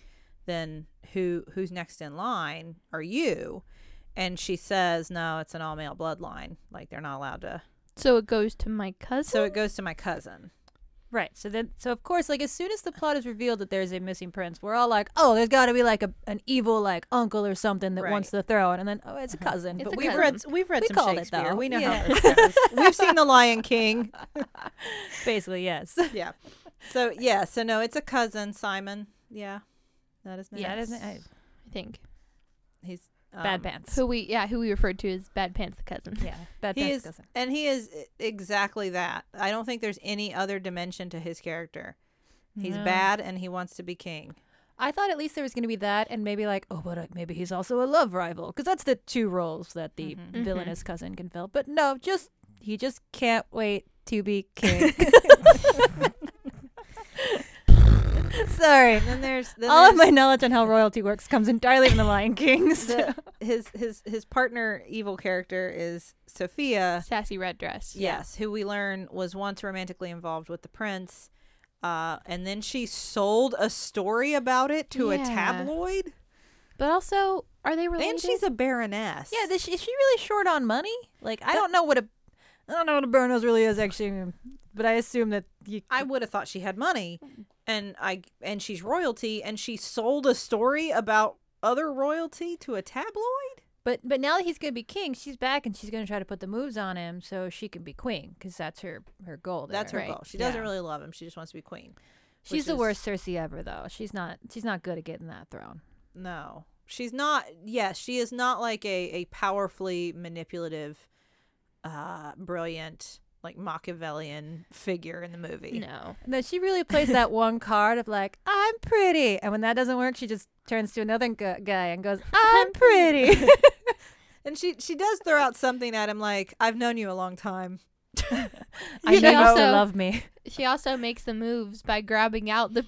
B: then who who's next in line are you?" And she says, "No, it's an all male bloodline. Like they're not allowed to."
A: So it goes to my cousin.
B: So it goes to my cousin.
C: Right. So then, so of course, like as soon as the plot is revealed that there's a missing prince, we're all like, oh, there's got to be like a, an evil like uncle or something that
B: Right. Uh-huh.
C: wants the throne, and then oh, it's a cousin.
A: It's
C: but
A: a
C: we
B: We've
A: cousin.
B: read we've read
C: We
B: some
C: called it,
B: Shakespeare.
C: though.
B: we know
C: Yeah.
B: how this goes. We've seen The Lion King.
C: basically yes.
B: Yeah. So yeah. So no, it's a cousin, Simon. Yeah. That is nice.
C: Yeah, it isn't- I-
A: I think
B: He's
C: bad
B: um,
C: pants.
A: who we yeah who we referred to as Bad Pants the cousin.
C: Yeah, bad
B: He
C: pants
B: is,
C: cousin.
B: and he is i- exactly that. I don't think there's any other dimension to his character. He's
C: No.
B: bad, and he wants to be king.
C: I thought at least there was going to be that, and maybe like, oh, but like, maybe he's also a love rival, because that's the two roles that the
B: Mhm.
A: Mhm.
C: villainous cousin can fill. But no, just he just can't wait to be king. Sorry,
B: And then there's then
C: all of
B: there's
C: my knowledge on how royalty works comes entirely from the Lion King. so-
B: the- his his his partner evil character is Sophia.
A: Sassy red dress.
B: Yes, who we learn was once romantically involved with the prince, uh, and then she sold a story about it to a
A: Yeah.
B: tabloid.
A: But also, are they related?
B: And she's a baroness.
C: Yeah, this, is she really short on money? Like, I don't know what a, I don't know what a Bernos really is actually, but I assume that you.
B: I would have thought she had money, and I and she's royalty, and she sold a story about other royalty to a tabloid.
C: But but now that he's gonna be king, she's back and she's gonna try to put the moves on him so she can be queen because that's her her goal.
B: That's her
C: there.
A: Right.
B: goal. She doesn't
C: Yeah.
B: really love him. She just wants to be queen.
C: She's
B: which
C: the
B: is-
C: worst Cersei ever, though. She's not she's not good at getting that throne.
B: No, she's not. Yes, she is not like a a powerfully manipulative, uh, brilliant like Machiavellian figure in the movie.
A: no.
C: No, she really plays that one card of like I'm pretty, and when that doesn't work, she just turns to another gu- guy and goes I'm pretty.
B: And she she does throw out something at him like, "I've known you a long time."
C: I
A: You
C: know you
A: know,
C: also
A: so-
C: love me.
A: She also makes the moves by grabbing out the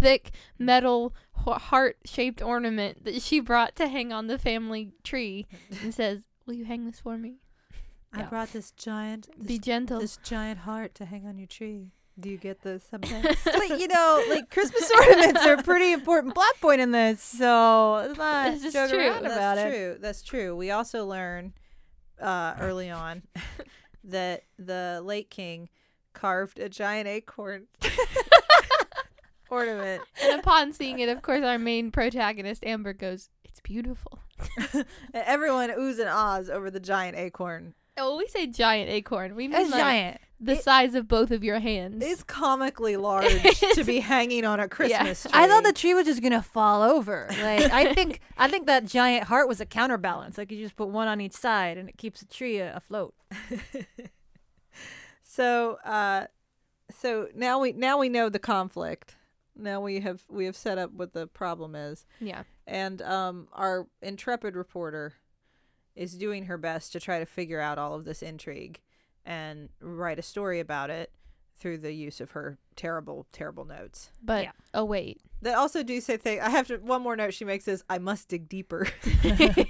A: thick metal heart shaped ornament that she brought to hang on the family tree and says, Will you hang this for me?
B: I
C: Yeah.
B: brought this giant
A: Be
B: this,
A: gentle.
B: this giant heart to hang on your tree. Do you get the sometimes?
C: but you know, like Christmas ornaments are a pretty important plot point in this, so it's not
A: This is
C: joke
A: true.
C: around about
B: That's
C: it.
B: true. That's true. We also learn uh, early on that the late king carved a giant acorn ornament.
A: and upon seeing it, of course, our main protagonist, Amber, goes, It's beautiful.
B: And everyone oohs and ahs over the giant acorn.
A: And when we say giant acorn, we mean
C: It's
A: like
C: giant.
A: the
B: It-
A: size of both of your hands.
B: It's comically large to be hanging on a Christmas tree.
C: I thought the tree was just gonna fall over. Like I think, I think that giant heart was a counterbalance. Like you just put one on each side, and it keeps the tree a- afloat.
B: so uh so now we now we know the conflict. Now we have we have set up what the problem is.
A: yeah.
B: and um, our intrepid reporter is doing her best to try to figure out all of this intrigue and write a story about it through the use of her terrible, terrible notes.
A: But,
C: Yeah.
A: oh, wait.
B: That also do say thing. I have to. One more note she makes is I must dig deeper.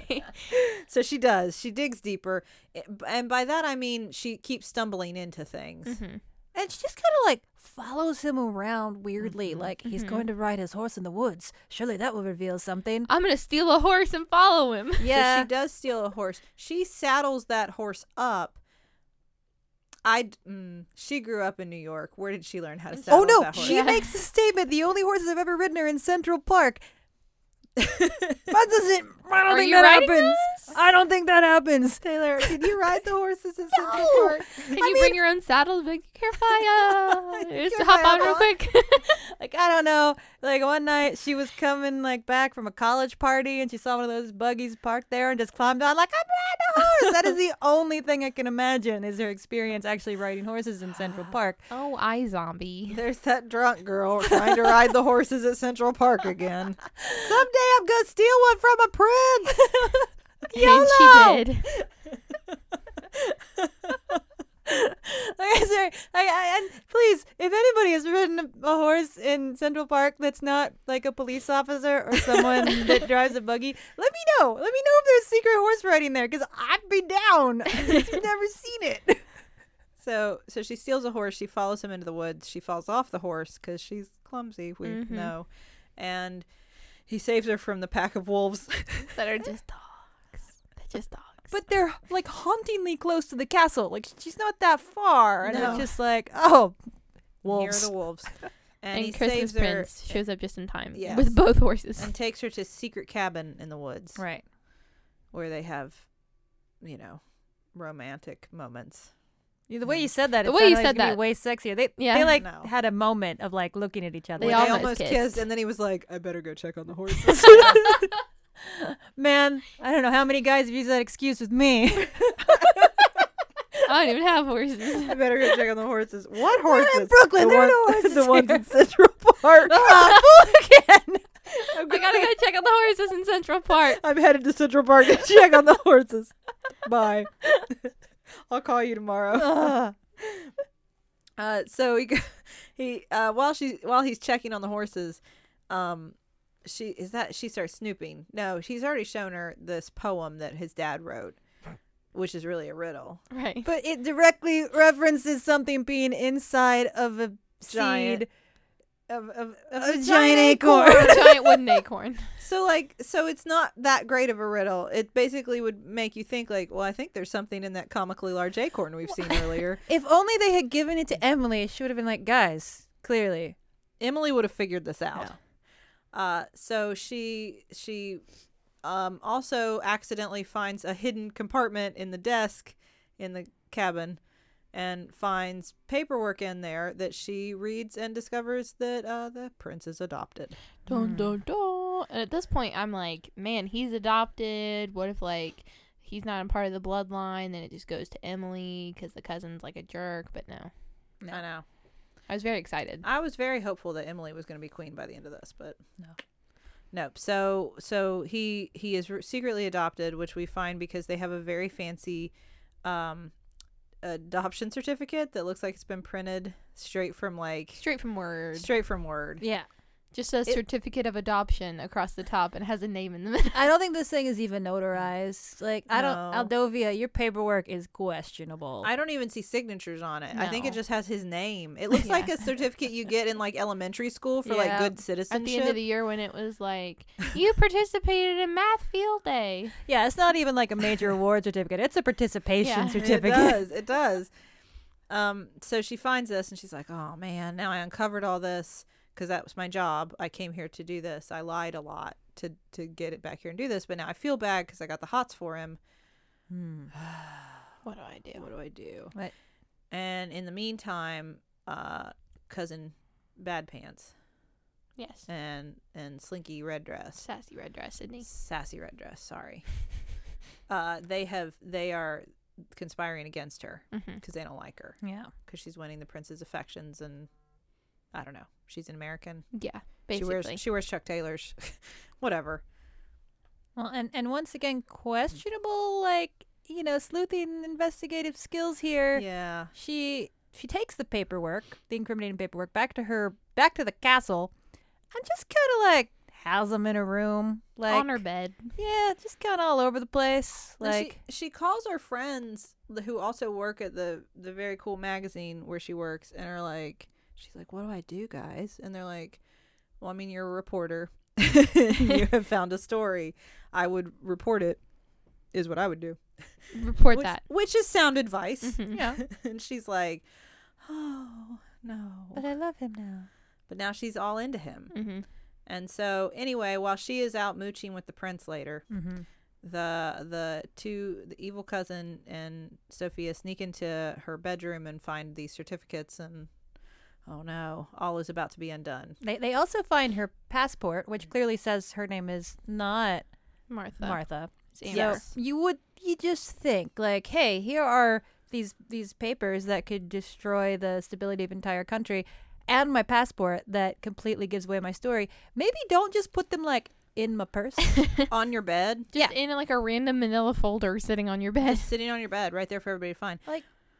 B: so she does. She digs deeper, Eh, and by that I mean she keeps stumbling into things.
A: Mhm.
C: And she just kind of like follows him around weirdly. Like he's
A: Mhm.
C: going to ride his horse in the woods. Surely that will reveal something.
A: I'm going to steal a horse and follow him.
B: So
C: Yeah.
B: she does steal a horse. She saddles that horse up. I d- mm, she grew up in New York. Where did she learn how to saddle?
C: oh no!
B: that horse?
C: She makes the statement: the only horses I've ever ridden are in Central Park. That doesn't. I don't
A: Are
C: think
A: you
C: that
A: riding
C: happens. I don't think that happens.
B: Taylor, did you ride the horses at Central
C: No.
B: Park?
A: Can you bring your own saddle? Be Like, here, fire. Just hop
C: fire
A: on real
C: on.
A: quick.
C: Like I don't know. Like one night she was coming like back from a college party and she saw one of those buggies parked there and just climbed on like I'm riding a horse. that is the only thing I can imagine is her experience actually riding horses in Central Park.
A: oh, I zombie.
B: There's that drunk girl trying to ride the horses at Central Park again. Someday I'm gonna steal one from a prince.
A: And she
C: YOLO!
A: did.
C: Like, is there, I, I, and please, if anybody has ridden a, a horse in Central Park that's not like a police officer or someone that drives a buggy, let me know. Let me know if there's secret horse riding there because I'd be down. I've never seen it.
B: So, so she steals a horse. She follows him into the woods. She falls off the horse because she's clumsy. We
C: Mm-hmm.
A: Mhm.
B: know, and he saves her from the pack of wolves.
A: That are just dogs. They're just dogs.
C: But they're like hauntingly close to the castle. Like she's not that far. And
B: No.
C: it's just like, oh,
B: Near
C: wolves.
B: the wolves. And,
A: and
B: he
A: Christmas
B: saves her
A: Prince shows up just in time
B: Yes.
A: with both horses.
B: and takes her to a secret cabin in the woods
C: Right.
B: where they have, you know, romantic moments.
C: Yeah, The way you said that,
A: The
C: it
A: way you
C: sounded like
A: said
C: it's gonna be
A: that.
C: way sexier. They,
A: Yeah.
C: they like
B: No.
C: had a moment of like looking at each other.
A: They
B: Where
A: almost kissed.
B: and then he was like, "I better go check on the horse."
C: Man, I don't know how many guys have used that excuse with me.
A: I don't even have horses.
B: I better go check on the horses. What horses? the
C: Brooklyn, there are
B: one-
C: no horses
B: The ones
C: here.
B: in Central Park.
C: Ah, fool again.
A: I gotta go check on the horses in Central Park.
B: I'm headed to Central Park to check on the horses. Bye. I'll call you tomorrow. uh, so he go- he uh, while she while he's checking on the horses, um, she is that she starts snooping. No, she's already shown her this poem that his dad wrote, which is really a riddle.
A: Right.
C: But it directly references something being inside of a
B: Giant.
C: seed,
B: Of, of, of
C: a giant acorn.
A: A giant wooden acorn.
B: So like so it's not that great of a riddle. It basically would make you think like, well, I think there's something in that comically large acorn we've seen earlier.
C: If only they had given it to Emily, she would have been like, guys, clearly.
B: Emily would have figured this out. Uh, so she she um, also accidentally finds a hidden compartment in the desk in the cabin and finds paperwork in there that she reads and discovers that uh, the prince is adopted.
A: Dun, dun, dun. And at this point, I'm like, man, he's adopted. What if, like, he's not a part of the bloodline? Then it just goes to Emily because the cousin's like a jerk. But no.
B: I know.
A: I was very excited.
B: I was very hopeful that Emily was going to be queen by the end of this, but
C: No.
B: Nope. So so he he is re- secretly adopted, which we find because they have a very fancy um adoption certificate that looks like it's been printed straight from like
A: Straight from Word.
B: straight from Word.
C: Yeah.
A: Just a
B: It-
A: certificate of adoption across the top and has a name in the middle.
C: I don't think this thing is even notarized. Like, I don't,
B: No.
C: Aldovia, your paperwork is questionable.
B: I don't even see signatures on it. I think it
A: No.
B: just has his name. It looks
C: Yeah.
B: like a certificate you get in like elementary school for like
C: Yeah.
B: good
A: At
B: citizenship.
A: the end of the year, when it was like, you participated in math field day.
C: yeah, it's not even like a major award certificate. It's a participation
A: Yeah. It
C: certificate.
B: It does. It does. Um, so she finds this and she's like, oh man, now I uncovered all this because that was my job. I came here to do this. I lied a lot to, to get it back here and do this, but now I feel bad because I got the hots for him.
C: Hmm.
A: What do I do?
B: What do I do?
C: What?
B: And in the meantime, uh, cousin Bad Pants
A: Yes.
B: and, and Slinky Red Dress
A: Sassy red dress, Sydney.
B: sassy red dress sorry uh they have they are conspiring against her
A: Mhm.
B: because they don't like her
C: Yeah.
B: because she's winning the prince's affections and i don't know she's an american
A: Yeah, basically.
B: she wears she wears chuck taylor's whatever
C: Well, and and once again, questionable, like you know, sleuthing investigative skills here.
B: yeah
C: She she takes the paperwork, the incriminating paperwork, back to her, back to the castle, and just kind of like has them in a room, like
A: on her bed.
C: yeah, just kind of all over the place,
B: And
C: like
B: she, she calls her friends th- who also work at the the very cool magazine where she works and are like she's like what do i do guys and they're like well i mean you're a reporter you have found a story i would report it is what i would do
A: Report
B: which,
A: that.
B: which is sound advice
A: Mhm.
C: yeah,
B: and she's like oh no
C: but I love him now.
B: but now she's all into him
A: Mhm.
B: And so anyway, while she is out mooching with the prince later,
D: Mm-hmm.
B: the the two the evil cousin and Sophia sneak into her bedroom and find these certificates and oh no, all is about to be undone.
C: They they also find her passport, which clearly says her name is not
A: Martha.
C: Martha.
A: It's Amber.
B: Yes.
C: So you would you just think like, hey, here are these these papers that could destroy the stability of entire country, and my passport that completely gives away my story. Maybe don't just put them like in my purse.
B: on your bed,
A: Just in like a random manila folder sitting on your bed.
B: just sitting on your bed right there for everybody to find.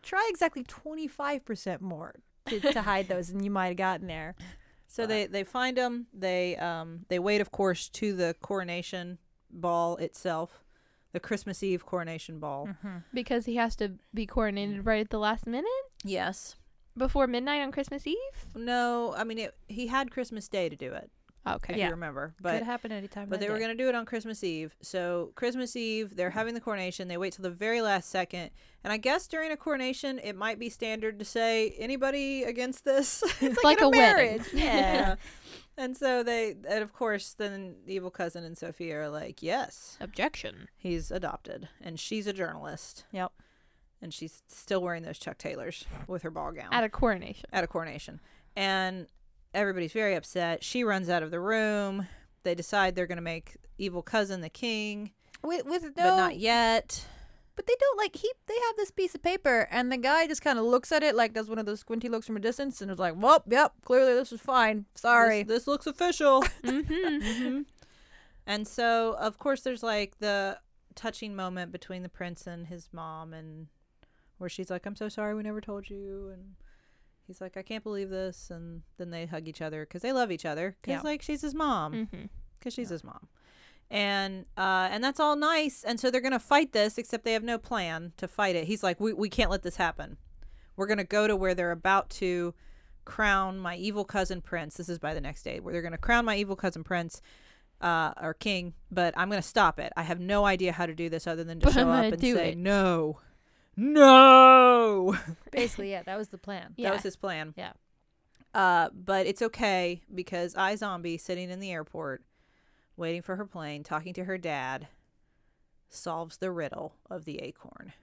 C: Try exactly twenty five percent more to, to hide those, and you might have gotten there.
B: So they they find them. They um they wait, of course, to the coronation ball itself, the Christmas Eve coronation ball.
A: Because he has to be coronated right at the last minute?
B: Yes.
A: Before midnight on Christmas Eve?
B: No, I mean it, he had Christmas Day to do it. If
A: Okay.
B: you remember, but
C: Could happen any time.
B: But they were going to do it on Christmas Eve. So Christmas Eve, they're
A: Mm-hmm.
B: having the coronation. They wait till the very last second. And I guess during a coronation, it might be standard to say anybody against this.
A: It's like, a, wedding.
B: yeah. And so they, and of course, then the evil cousin and Sophia are like, yes,
A: Objection.
B: he's adopted, and she's a journalist.
C: Yep.
B: And she's still wearing those Chuck Taylors with her ball gown
A: At a coronation.
B: at a coronation. And everybody's very upset. She runs out of the room. They decide they're going to make evil cousin the king,
C: with, with no
B: but not yet.
C: But they don't like he. They have this piece of paper, and the guy just kind of looks at it like does one of those squinty looks from a distance, and is like, "Well, yep, clearly this is fine. Sorry."
B: This, this looks official.
A: hmm
B: Mhm. And so, of course, there's like the touching moment between the prince and his mom, and where she's like, I'm so sorry we never told you. And he's like, I can't believe this. And then they hug each other because they love each other. Because,
C: Yeah.
B: like, she's his mom.
A: hmm
B: because she's his mom and uh and that's all nice and so they're gonna fight this except they have no plan to fight it he's like we, we can't let this happen we're gonna go to where they're about to crown my evil cousin prince this is by the next day where they're gonna crown my evil cousin prince uh or king but i'm gonna stop it i have no idea how to do this other than to
A: But
B: show
A: I'm
B: up
A: gonna
B: and
A: do
B: say
A: it."
B: no no
C: Basically, yeah, that was the plan.
A: Yeah.
B: that was his plan.
C: Yeah.
B: Uh, but it's okay because I Zombie sitting in the airport, waiting for her plane, talking to her dad, solves the riddle of the acorn.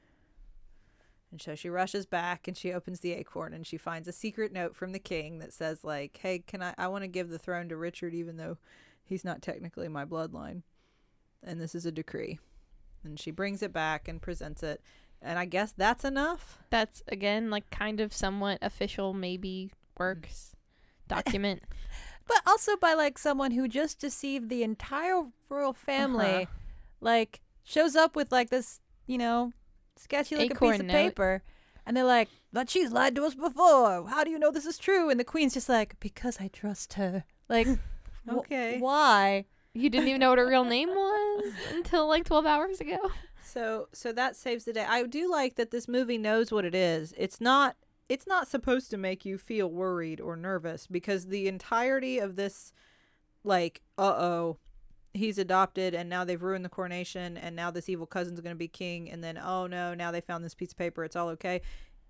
B: And so she rushes back and she opens the acorn and she finds a secret note from the king that says like, "Hey, can I? I want to give the throne to Richard, even though he's not technically my bloodline, and this is a decree." And she brings it back and presents it, and I guess that's enough.
A: That's again like kind of somewhat official, maybe works document.
C: But also by like someone who just deceived the entire royal
A: Uh-huh.
C: family, like shows up with like this, you know, sketchy looking
A: Acorn
C: piece of
A: note.
C: paper, and they're like, "But she's lied to us before. How do you know this is true?" And the queen's just like, "Because I trust her." Like, wh-
B: Okay.
C: why?
A: you didn't even know what her real name was until like 12 hours ago.
B: So so that saves the day. I do like that this movie knows what it is. It's not it's not supposed to make you feel worried or nervous because the entirety of this like uh-oh he's adopted and now they've ruined the coronation and now this evil cousin's going to be king and then oh no now they found this piece of paper it's all okay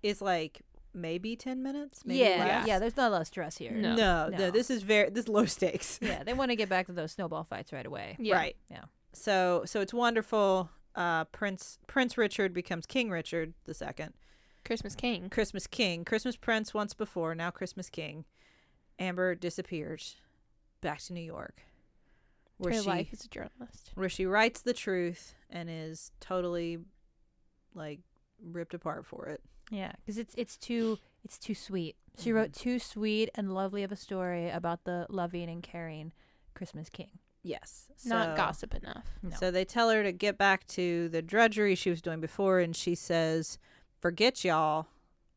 B: is like maybe 10 minutes maybe
C: yeah,
B: less.
C: yeah. There's not a lot of stress here.
A: No.
B: no, no
C: No.
B: this is very this is low stakes
C: yeah, they want to get back to those snowball fights right away.
A: Yeah.
B: Right.
C: Yeah.
B: So so it's wonderful. Uh, Prince Prince Richard becomes King Richard the second.
A: Christmas King.
B: Christmas King, Christmas Prince once before, now Christmas King. Amber disappears back to New York, where
A: her
B: she
A: life as a journalist.
B: where she writes the truth and is totally like ripped apart for it.
C: Yeah, because it's it's too it's too sweet. She wrote too sweet and lovely of a story about the loving and caring Christmas King.
B: Yes,
A: Not
B: so- Mm.
A: gossip enough.
C: No.
B: So they tell her to get back to the drudgery she was doing before, and she says, "Forget y'all,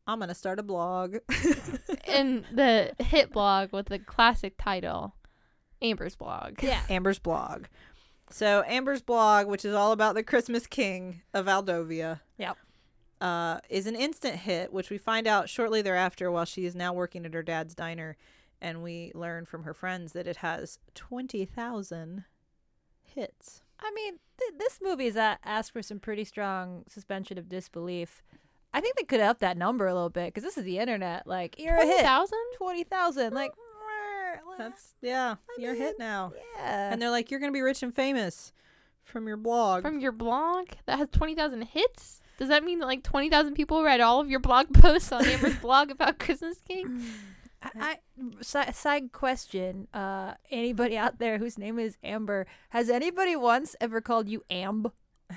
B: I'm gonna start a blog."
A: and the hit blog with the classic title, Amber's blog.
C: Yeah.
B: Amber's blog. So Amber's blog, which is all about the Christmas King of Aldovia,
C: Yep.
B: uh, is an instant hit, which we find out shortly thereafter while she is now working at her dad's diner, and we learn from her friends that it has twenty thousand hits.
C: I mean, th- this movie's a- asked for some pretty strong suspension of disbelief. I think they could up that number a little bit because this is the internet. Like, you're a hit.
A: 20,000?
C: 20,000. Like,
B: That's yeah. you're hit now.
D: Yeah.
B: And they're like, you're gonna be rich and famous from your blog.
A: From your blog that has 20,000 hits? Does that mean that like 20,000 people read all of your blog posts on Amber's blog about Christmas cake?
C: I, I si- side question: uh, Anybody out there whose name is Amber has anybody once ever called you Amb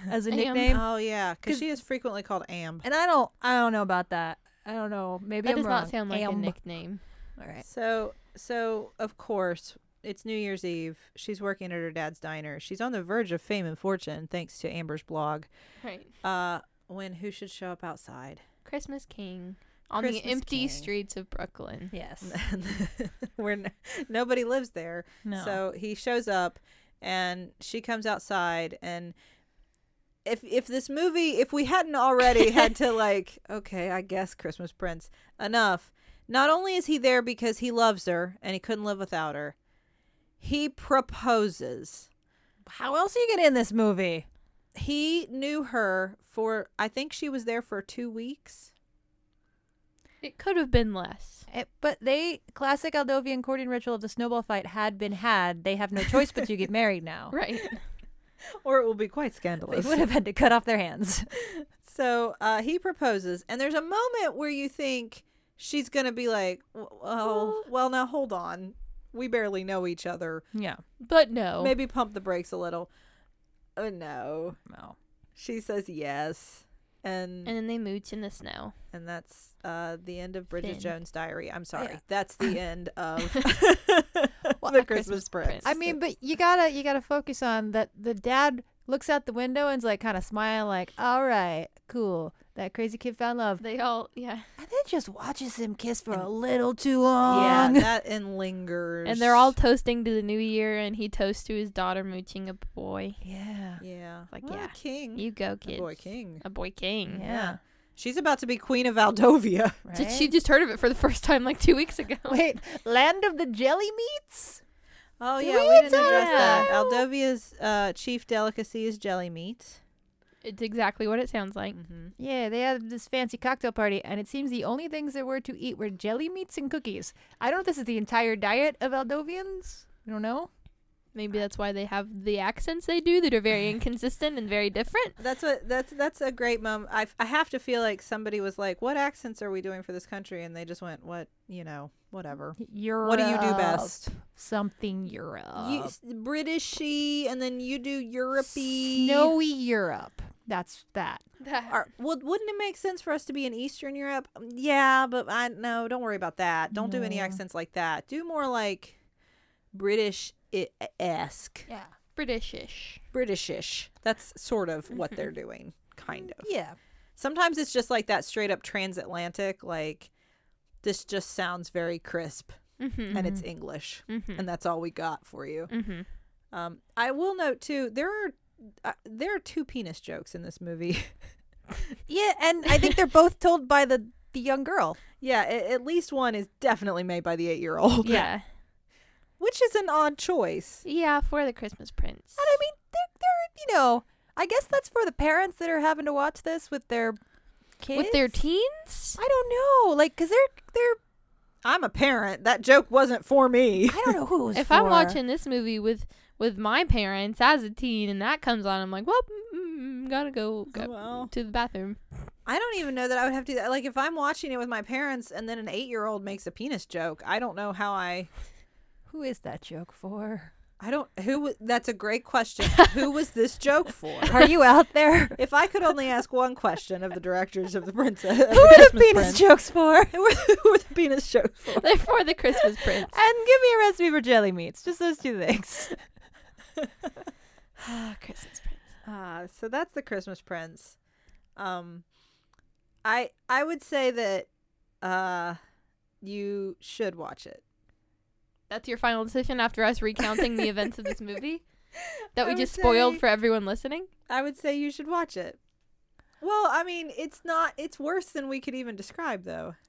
C: as a
A: Am.
C: nickname?
B: oh yeah, because
C: 'Cause-
B: she is frequently called Am.
C: And I don't, I don't know about that. I don't know. Maybe
A: That
C: I'm
A: does
C: wrong.
A: not sound like a
C: Amb.
A: nickname.
C: All right.
B: So so of course it's New Year's Eve. She's working at her dad's diner. She's on the verge of fame and fortune thanks to Amber's blog.
A: Right.
B: Uh, when who should show up outside?
A: Christmas King on the
B: Christmas
A: empty
B: King.
A: streets of Brooklyn.
C: Yes.
B: Where n- nobody lives there.
D: No.
B: So he shows up and she comes outside and if if this movie if we hadn't already had to like okay, I guess Christmas Prince enough. Not only is he there because he loves her and he couldn't live without her. He proposes.
C: How else are you get in this movie?
B: He knew her for I think she was there for 2 weeks.
A: It could have been less.
C: It, but they classic Aldovian courting ritual of the snowball fight had been had. They have no choice but to get married now.
A: Right.
B: Or it will be quite
C: They
B: scandalous.
C: would have had to cut off their hands.
B: So uh, he proposes, and there's a moment where you think she's gonna be like, "Oh, well, now hold on, we barely know each other.
C: Yeah.
A: But no.
B: Maybe pump the brakes a little." Oh no,
C: No.
B: she says yes, and
A: And
B: and,
A: then they mooch in the snow.
B: that's uh, the end of Bridget
A: Finn.
B: Jones' Diary. I'm sorry,
C: Yeah.
B: that's the end of
A: Well,
B: the
A: A Christmas
B: Christmas Prince.
A: Prince.
C: I mean, but you gotta you gotta focus on that. The dad looks out the window and's like kind of smiling, like, "All right, cool, that crazy kid found love,"
A: They all, yeah.
C: and then just watches him kiss for a little too
B: yeah,
C: long.
B: that and lingers,
A: And they're all toasting to the new year, and he toasts to his daughter mooching a boy.
C: yeah,
B: yeah,
A: Like,
B: Well,
A: yeah.
B: king,
A: You go, kid.
B: A boy king.
A: A boy king.
C: yeah.
B: She's about to be queen of Aldovia.
C: Right?
A: Did she just heard of it for the first time like two weeks ago?
C: wait? Land of the jelly meats.
B: Oh
C: Did
B: yeah,
C: we
B: we didn't
A: talk
B: address that.
A: about-
B: Aldovia's uh, chief delicacy is jelly meat.
A: It's exactly what it sounds like.
B: Mm-hmm.
C: Yeah, they had this fancy cocktail party, and it seems the only things there were to eat were jelly meats and cookies. I don't know if this is the entire diet of Aldovians. I don't know.
A: Maybe that's why they have the accents they do that are very inconsistent and very different.
B: That's what that's that's a great moment. I I have to feel like somebody was like, "What accents are we doing for this country?" And they just went, "What you know, whatever."
C: Europe.
B: What do you do best?
C: Something Europe.
B: You, s- Britishy, and then you do Europey.
C: Snowy Europe. That's that.
B: Are, well, wouldn't it make sense for us to be in Eastern Europe? Um, Yeah, but I no, don't worry about that. Don't do any
C: No.
B: accents like that. Do more like British esque.
C: Yeah.
A: Britishish.
B: Britishish. That's sort of what they're doing, kind of.
C: Yeah.
B: Sometimes it's just like that straight up transatlantic, like this just sounds very crisp
A: Mm-hmm.
B: and it's English
A: Mm-hmm.
B: and that's all we got for you.
A: Mm-hmm.
B: Um, I will note too, there are uh, there are two penis jokes in this movie.
C: Yeah, and I think they're both told by the the young girl.
B: yeah, a- at least one is definitely made by the eight year old,
A: Yeah.
B: which is an odd choice.
A: Yeah, for the Christmas Prince.
C: And I mean, they're they're you know, I guess that's for the parents that are having to watch this with their kids.
A: With their teens?
C: I
B: oh
C: don't know, like, cause they're they're
B: I'm a parent. That joke wasn't for me.
C: I don't know who it was
A: If
C: for.
A: I'm watching this movie with with my parents as a teen and that comes on, I'm like, well, mm, mm, gotta go, go
B: Well.
A: to the bathroom.
B: I don't even know that I would have to. Like, if I'm watching it with my parents and then an eight year old makes a penis joke, I don't know how I.
C: who is that joke for?
B: I don't. Who? wa- That's a great question. who was this joke for?
C: Are you out there?
B: If I could only ask one question of the directors of the princess,
C: who are the penis jokes for? And
B: who, were, who were the penis jokes for?
A: They're for the Christmas Prince.
C: give me a recipe for jelly meats. Just those two things.
A: Ah, Christmas Prince.
B: Ah, so that's the Christmas Prince. Um, I I would say that uh, you should watch it.
A: That's your final decision after us recounting the events of this movie that
B: I
A: we
B: would
A: just spoiled
B: say-
A: for everyone listening?
B: I would say you should watch it. Well, I mean, it's not. It's worse than we could even describe, though.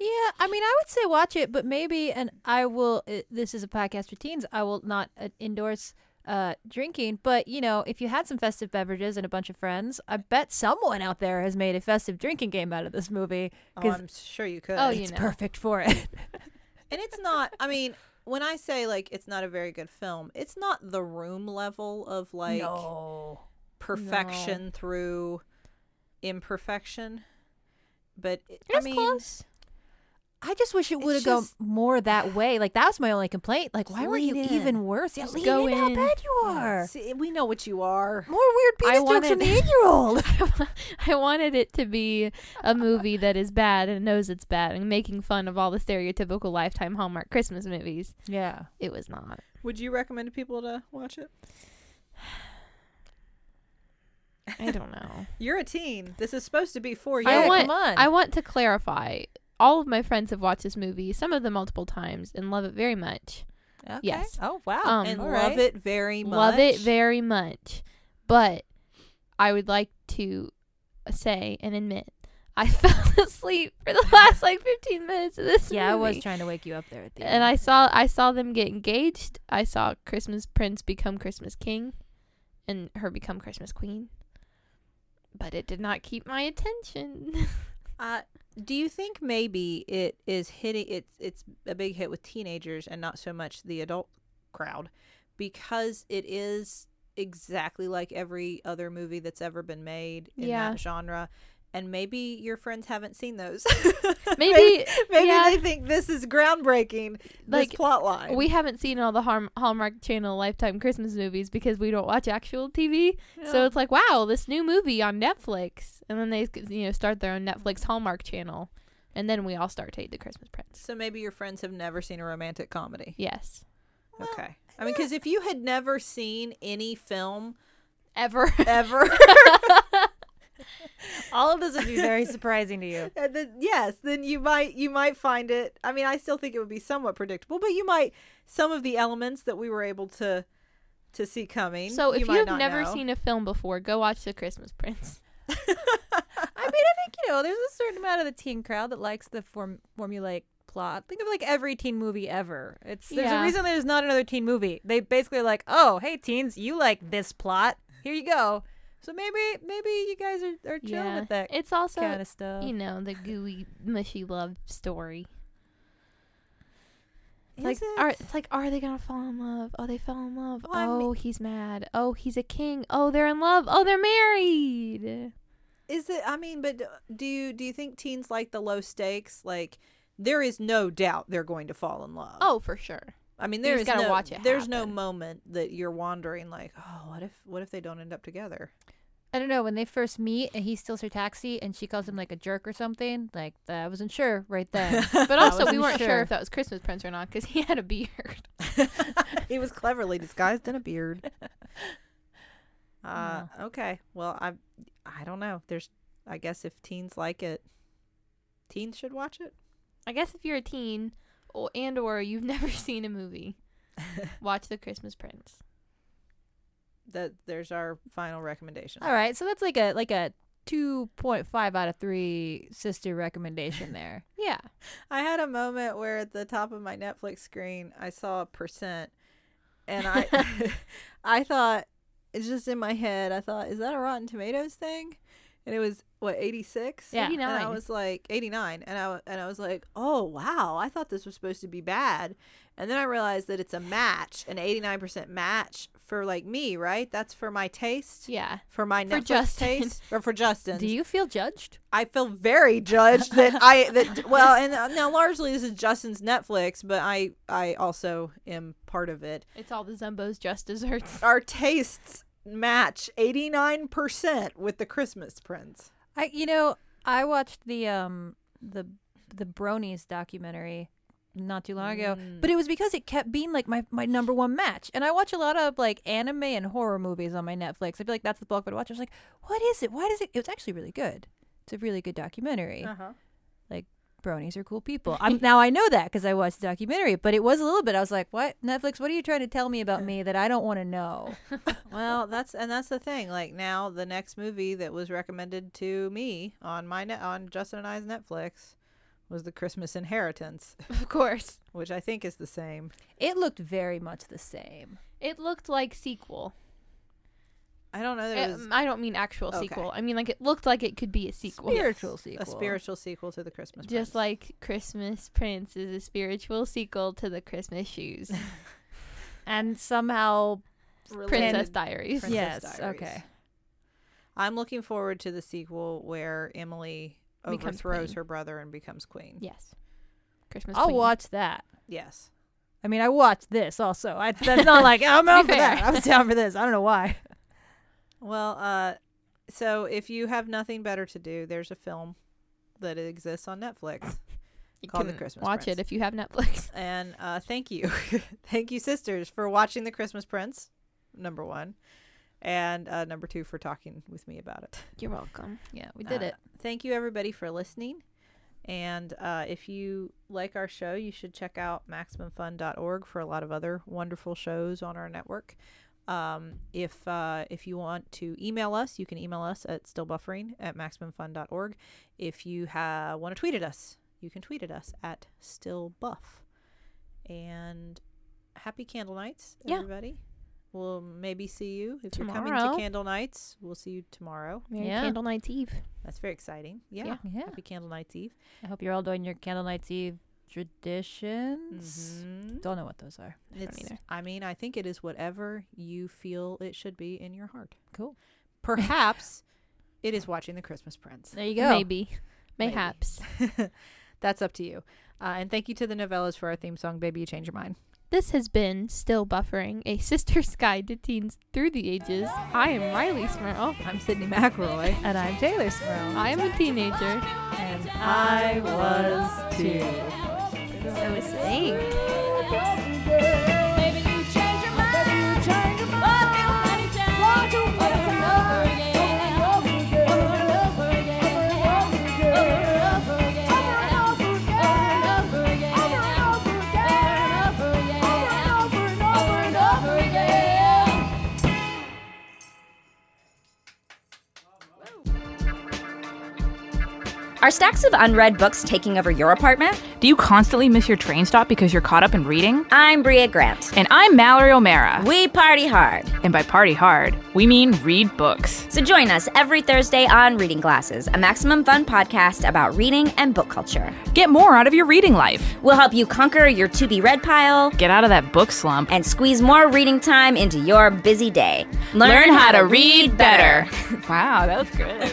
C: Yeah, I mean, I would say watch it, but maybe, and I will. uh, This is a podcast for teens. I will not uh, endorse uh, drinking, but you know, if you had some festive beverages and a bunch of friends, I bet someone out there has made a festive drinking game out of this movie
B: Oh,
C: because
B: I'm sure you could.
A: Oh, you
C: it's
A: know.
C: perfect for it.
B: And it's not. I mean, when I say like it's not a very good film, it's not the room level of like
D: no.
B: perfection through imperfection. But it,
A: It
B: I
A: was
B: mean,
A: close.
C: I just wish it
B: It's
C: would have gone
B: just-
C: more that way. Like that was my only complaint. Like
B: Just
C: why were
B: lean
C: you
B: in.
C: even worse? Yeah,
A: Just
C: lean
A: go
C: in how
A: in.
C: bad you are.
B: see, we know what you are.
C: More weird
A: I
C: penis jokes from
A: wanted-
C: the eight-year-old.
A: I wanted it to be a movie that is bad and knows it's bad and making fun of all the stereotypical Lifetime Hallmark Christmas movies.
C: yeah.
A: It was not.
B: Would you recommend people to watch it?
A: I don't know.
B: You're a teen. This is supposed to be for you.
A: I want-
C: come on.
A: I want to clarify. All of my friends have watched this movie, some of them multiple times, and love it very much.
C: Okay.
A: yes.
C: Oh wow.
A: Um,
B: and
C: All
B: love
C: right.
B: it very much.
A: Love it very much. But I would like to say and admit I fell asleep for the last like 15 minutes of this
C: Yeah, I was
A: movie.
C: trying to wake you up there at the
A: And I
C: end.
A: saw I saw them get engaged. I saw Christmas Prince become Christmas King and her become Christmas Queen. But it did not keep my attention.
B: Uh, do you think maybe it is hitting it's it's a big hit with teenagers and not so much the adult crowd because it is exactly like every other movie that's ever been made in
A: Yeah.
B: that genre and maybe your friends haven't seen those
A: Maybe
B: maybe
A: yeah.
B: they think this is groundbreaking
A: Like,
B: this plot line
A: we haven't seen all the Harm- Hallmark Channel Lifetime Christmas movies because we don't watch actual TV. So it's like, wow, this new movie on Netflix, and then they you know start their own Netflix Hallmark channel, and then we all start to hate the Christmas Prince.
B: so maybe your friends have never seen a romantic comedy
A: Yes,
B: okay i mean because if you had never seen any film
A: ever.
B: ever
C: all of this would be very surprising to you.
B: Uh, the, yes, then you might you might find it. I mean, I still think it would be somewhat predictable, but you might some of the elements that we were able to to see coming.
A: so if you
B: might
A: have
B: not
A: never
B: know.
A: seen a film before, go watch the Christmas Prince.
C: I mean, I think you know, there's a certain amount of the teen crowd that likes the form formulaic plot. Think of like every teen movie ever. It's there's
A: Yeah.
C: a reason there's not another teen movie. They basically are like, oh, hey teens, you like this plot? Here you go. So maybe maybe you guys are are chilling with that
A: it's also
C: kind of stuff.
A: you know the gooey mushy love story. It's
B: Is
A: like
B: it?
A: are it's like are they gonna fall in love? Oh, they fell in love.
B: Well, I mean-
A: oh, he's mad. Oh, he's a king. Oh, they're in love. Oh, they're married.
B: Is it? I mean, but do you do you think teens like the low stakes? Like there is no doubt they're going to fall in love.
A: Oh, for sure.
B: I mean,
A: you
B: there
A: just
B: is
A: gotta
B: no
A: watch it
B: there's no
A: happen.
B: moment that you're wandering like, oh, what if what if they don't end up together?
C: I don't know when they first meet and he steals her taxi and she calls him like a jerk or something. Like I wasn't sure right then.
A: But also, we
C: wasn't
A: weren't sure.
C: sure.
A: if that was Christmas Prince or not because he had a beard.
B: he was cleverly disguised in a beard. Uh, okay. Well, I, I don't know. There's, I guess, if teens like it, teens should watch it.
A: I guess if you're a teen or and or you've never seen a movie, watch The Christmas Prince.
B: That there's our final recommendation.
C: All right, so that's like a like a two point five out of three sister recommendation there.
A: Yeah,
B: I had a moment where at the top of my Netflix screen I saw a percent, and I, I thought it's just in my head. I thought, is that a Rotten Tomatoes thing? And it was what eighty six.
C: Yeah.
A: eighty
B: And I
A: nine.
B: was like 89 and I and I was like, "Oh, wow. I thought this was supposed to be bad." And then I realized that it's a match, an 89% match for like me, right? That's for my taste.
A: yeah,
B: For my
A: For
B: Netflix
A: Justin.
B: taste or for Justin's.
C: Do you feel judged?
B: I feel very judged that I that well, and uh, now largely this is Justin's Netflix, but I I also am part of it.
A: it's all the Zumbos just desserts.
B: Our tastes match 89% with the Christmas Prince.
C: I you know I watched the um the the Bronies documentary not too long ago,
B: Mm.
C: but it was because it kept being like my my number one match. And I watch a lot of like anime and horror movies on my Netflix. I feel like that's the bulk of what I watch. I was like, what is it? Why does it? It was actually really good. It's a really good documentary.
B: Uh-huh.
C: bronies are cool people. I'm now I know that because I watched the documentary, but it was a little bit. I was like, what Netflix? What are you trying to tell me about me that I don't want to know?
B: Well, that's and that's the thing. Like now, the next movie that was recommended to me on my net on Justin and I's Netflix was The Christmas Inheritance,
A: Of course,
B: which I think is the same.
C: It looked very much the same.
A: it looked like sequel.
B: I don't know. There was
A: Um, I don't mean actual
B: Okay.
A: sequel. I mean like it looked like it could be a sequel.
C: Spiritual
B: Yes,
C: sequel.
B: a spiritual sequel to the Christmas.
A: Just
B: Prince.
A: like Christmas Prince is a spiritual sequel to the Christmas Shoes.
C: and somehow
A: Princess Diaries.
B: Princess
C: yes,
B: Diaries.
C: okay.
B: I'm looking forward to the sequel where Emily
A: Becomes
B: overthrows
A: queen.
B: her brother and becomes queen.
A: Yes. Christmas
C: I'll
A: Queen.
C: watch that.
B: Yes.
C: I mean, I watched this also. I, that's not like I'm down for
A: fair.
C: that. I was down for this. I don't know why.
B: Well, uh, so if you have nothing better to do, there's a film that exists on Netflix.
A: You
B: called The
A: can
B: Christmas
A: Watch
B: Prince.
A: it if you have Netflix.
B: And uh, thank you. thank you, sisters, for watching The Christmas Prince, number one. And uh, number two, for talking with me about it.
A: You're welcome.
C: Yeah, we
B: Uh, Thank you, everybody, for listening. And uh, if you like our show, you should check out MaximumFun.org for a lot of other wonderful shows on our network. Um, if uh, if you want to email us, you can email us at stillbuffering at MaximumFun.org. If you ha- want to tweet at us, you can tweet at us at stillbuff. And happy candle nights,
A: Yeah.
B: everybody. We'll maybe see you if you're coming
A: Tomorrow.
B: to candle nights. We'll see you tomorrow.
A: Merry
C: Yeah.
A: Candle Night's Eve.
B: That's very exciting. yeah.
C: Yeah.
B: Happy Candle Night's Eve.
C: I hope you're all doing your Candle Night's Eve traditions.
B: Mhm.
C: Mm-hmm. Don't know what those are.
A: I don't
B: It's-
A: either.
B: I mean, I think it is whatever you feel it should be in your heart.
C: Cool.
B: Perhaps it is watching The Christmas Prince.
C: There you go.
A: Maybe.
B: Maybe.
A: Mayhaps.
B: That's up to you. Uh, and thank you to the novellas for our theme song, Baby You Change Your Mind.
A: This has been Still Buffering, a sister's guide to teens through the ages. I am Riley Smurl.
B: I'm Sydney McElroy.
C: And I'm Taylor Smurl.
A: I am a teenager.
C: And I was too.
A: So sing.
E: Maybe you change your mind. Maybe you change your mind. One to one and over again. Over and over again. Over and over again. Over and over again. Over and over again. Over and over again. Over and over again.
F: Are stacks of unread books taking over your apartment?
G: Do you constantly miss your train stop because you're caught up in reading?
F: I'm Bria Grant.
G: And I'm Mallory O'Mara.
F: We party hard.
G: And by party hard, we mean read books.
F: So join us every Thursday on Reading Glasses, a Maximum Fun podcast about reading and book culture.
G: Get more out of your reading life.
F: We'll help you conquer your to be read pile
G: Get out of that book slump.
F: and squeeze more reading time into your busy day.
G: wow, that was good.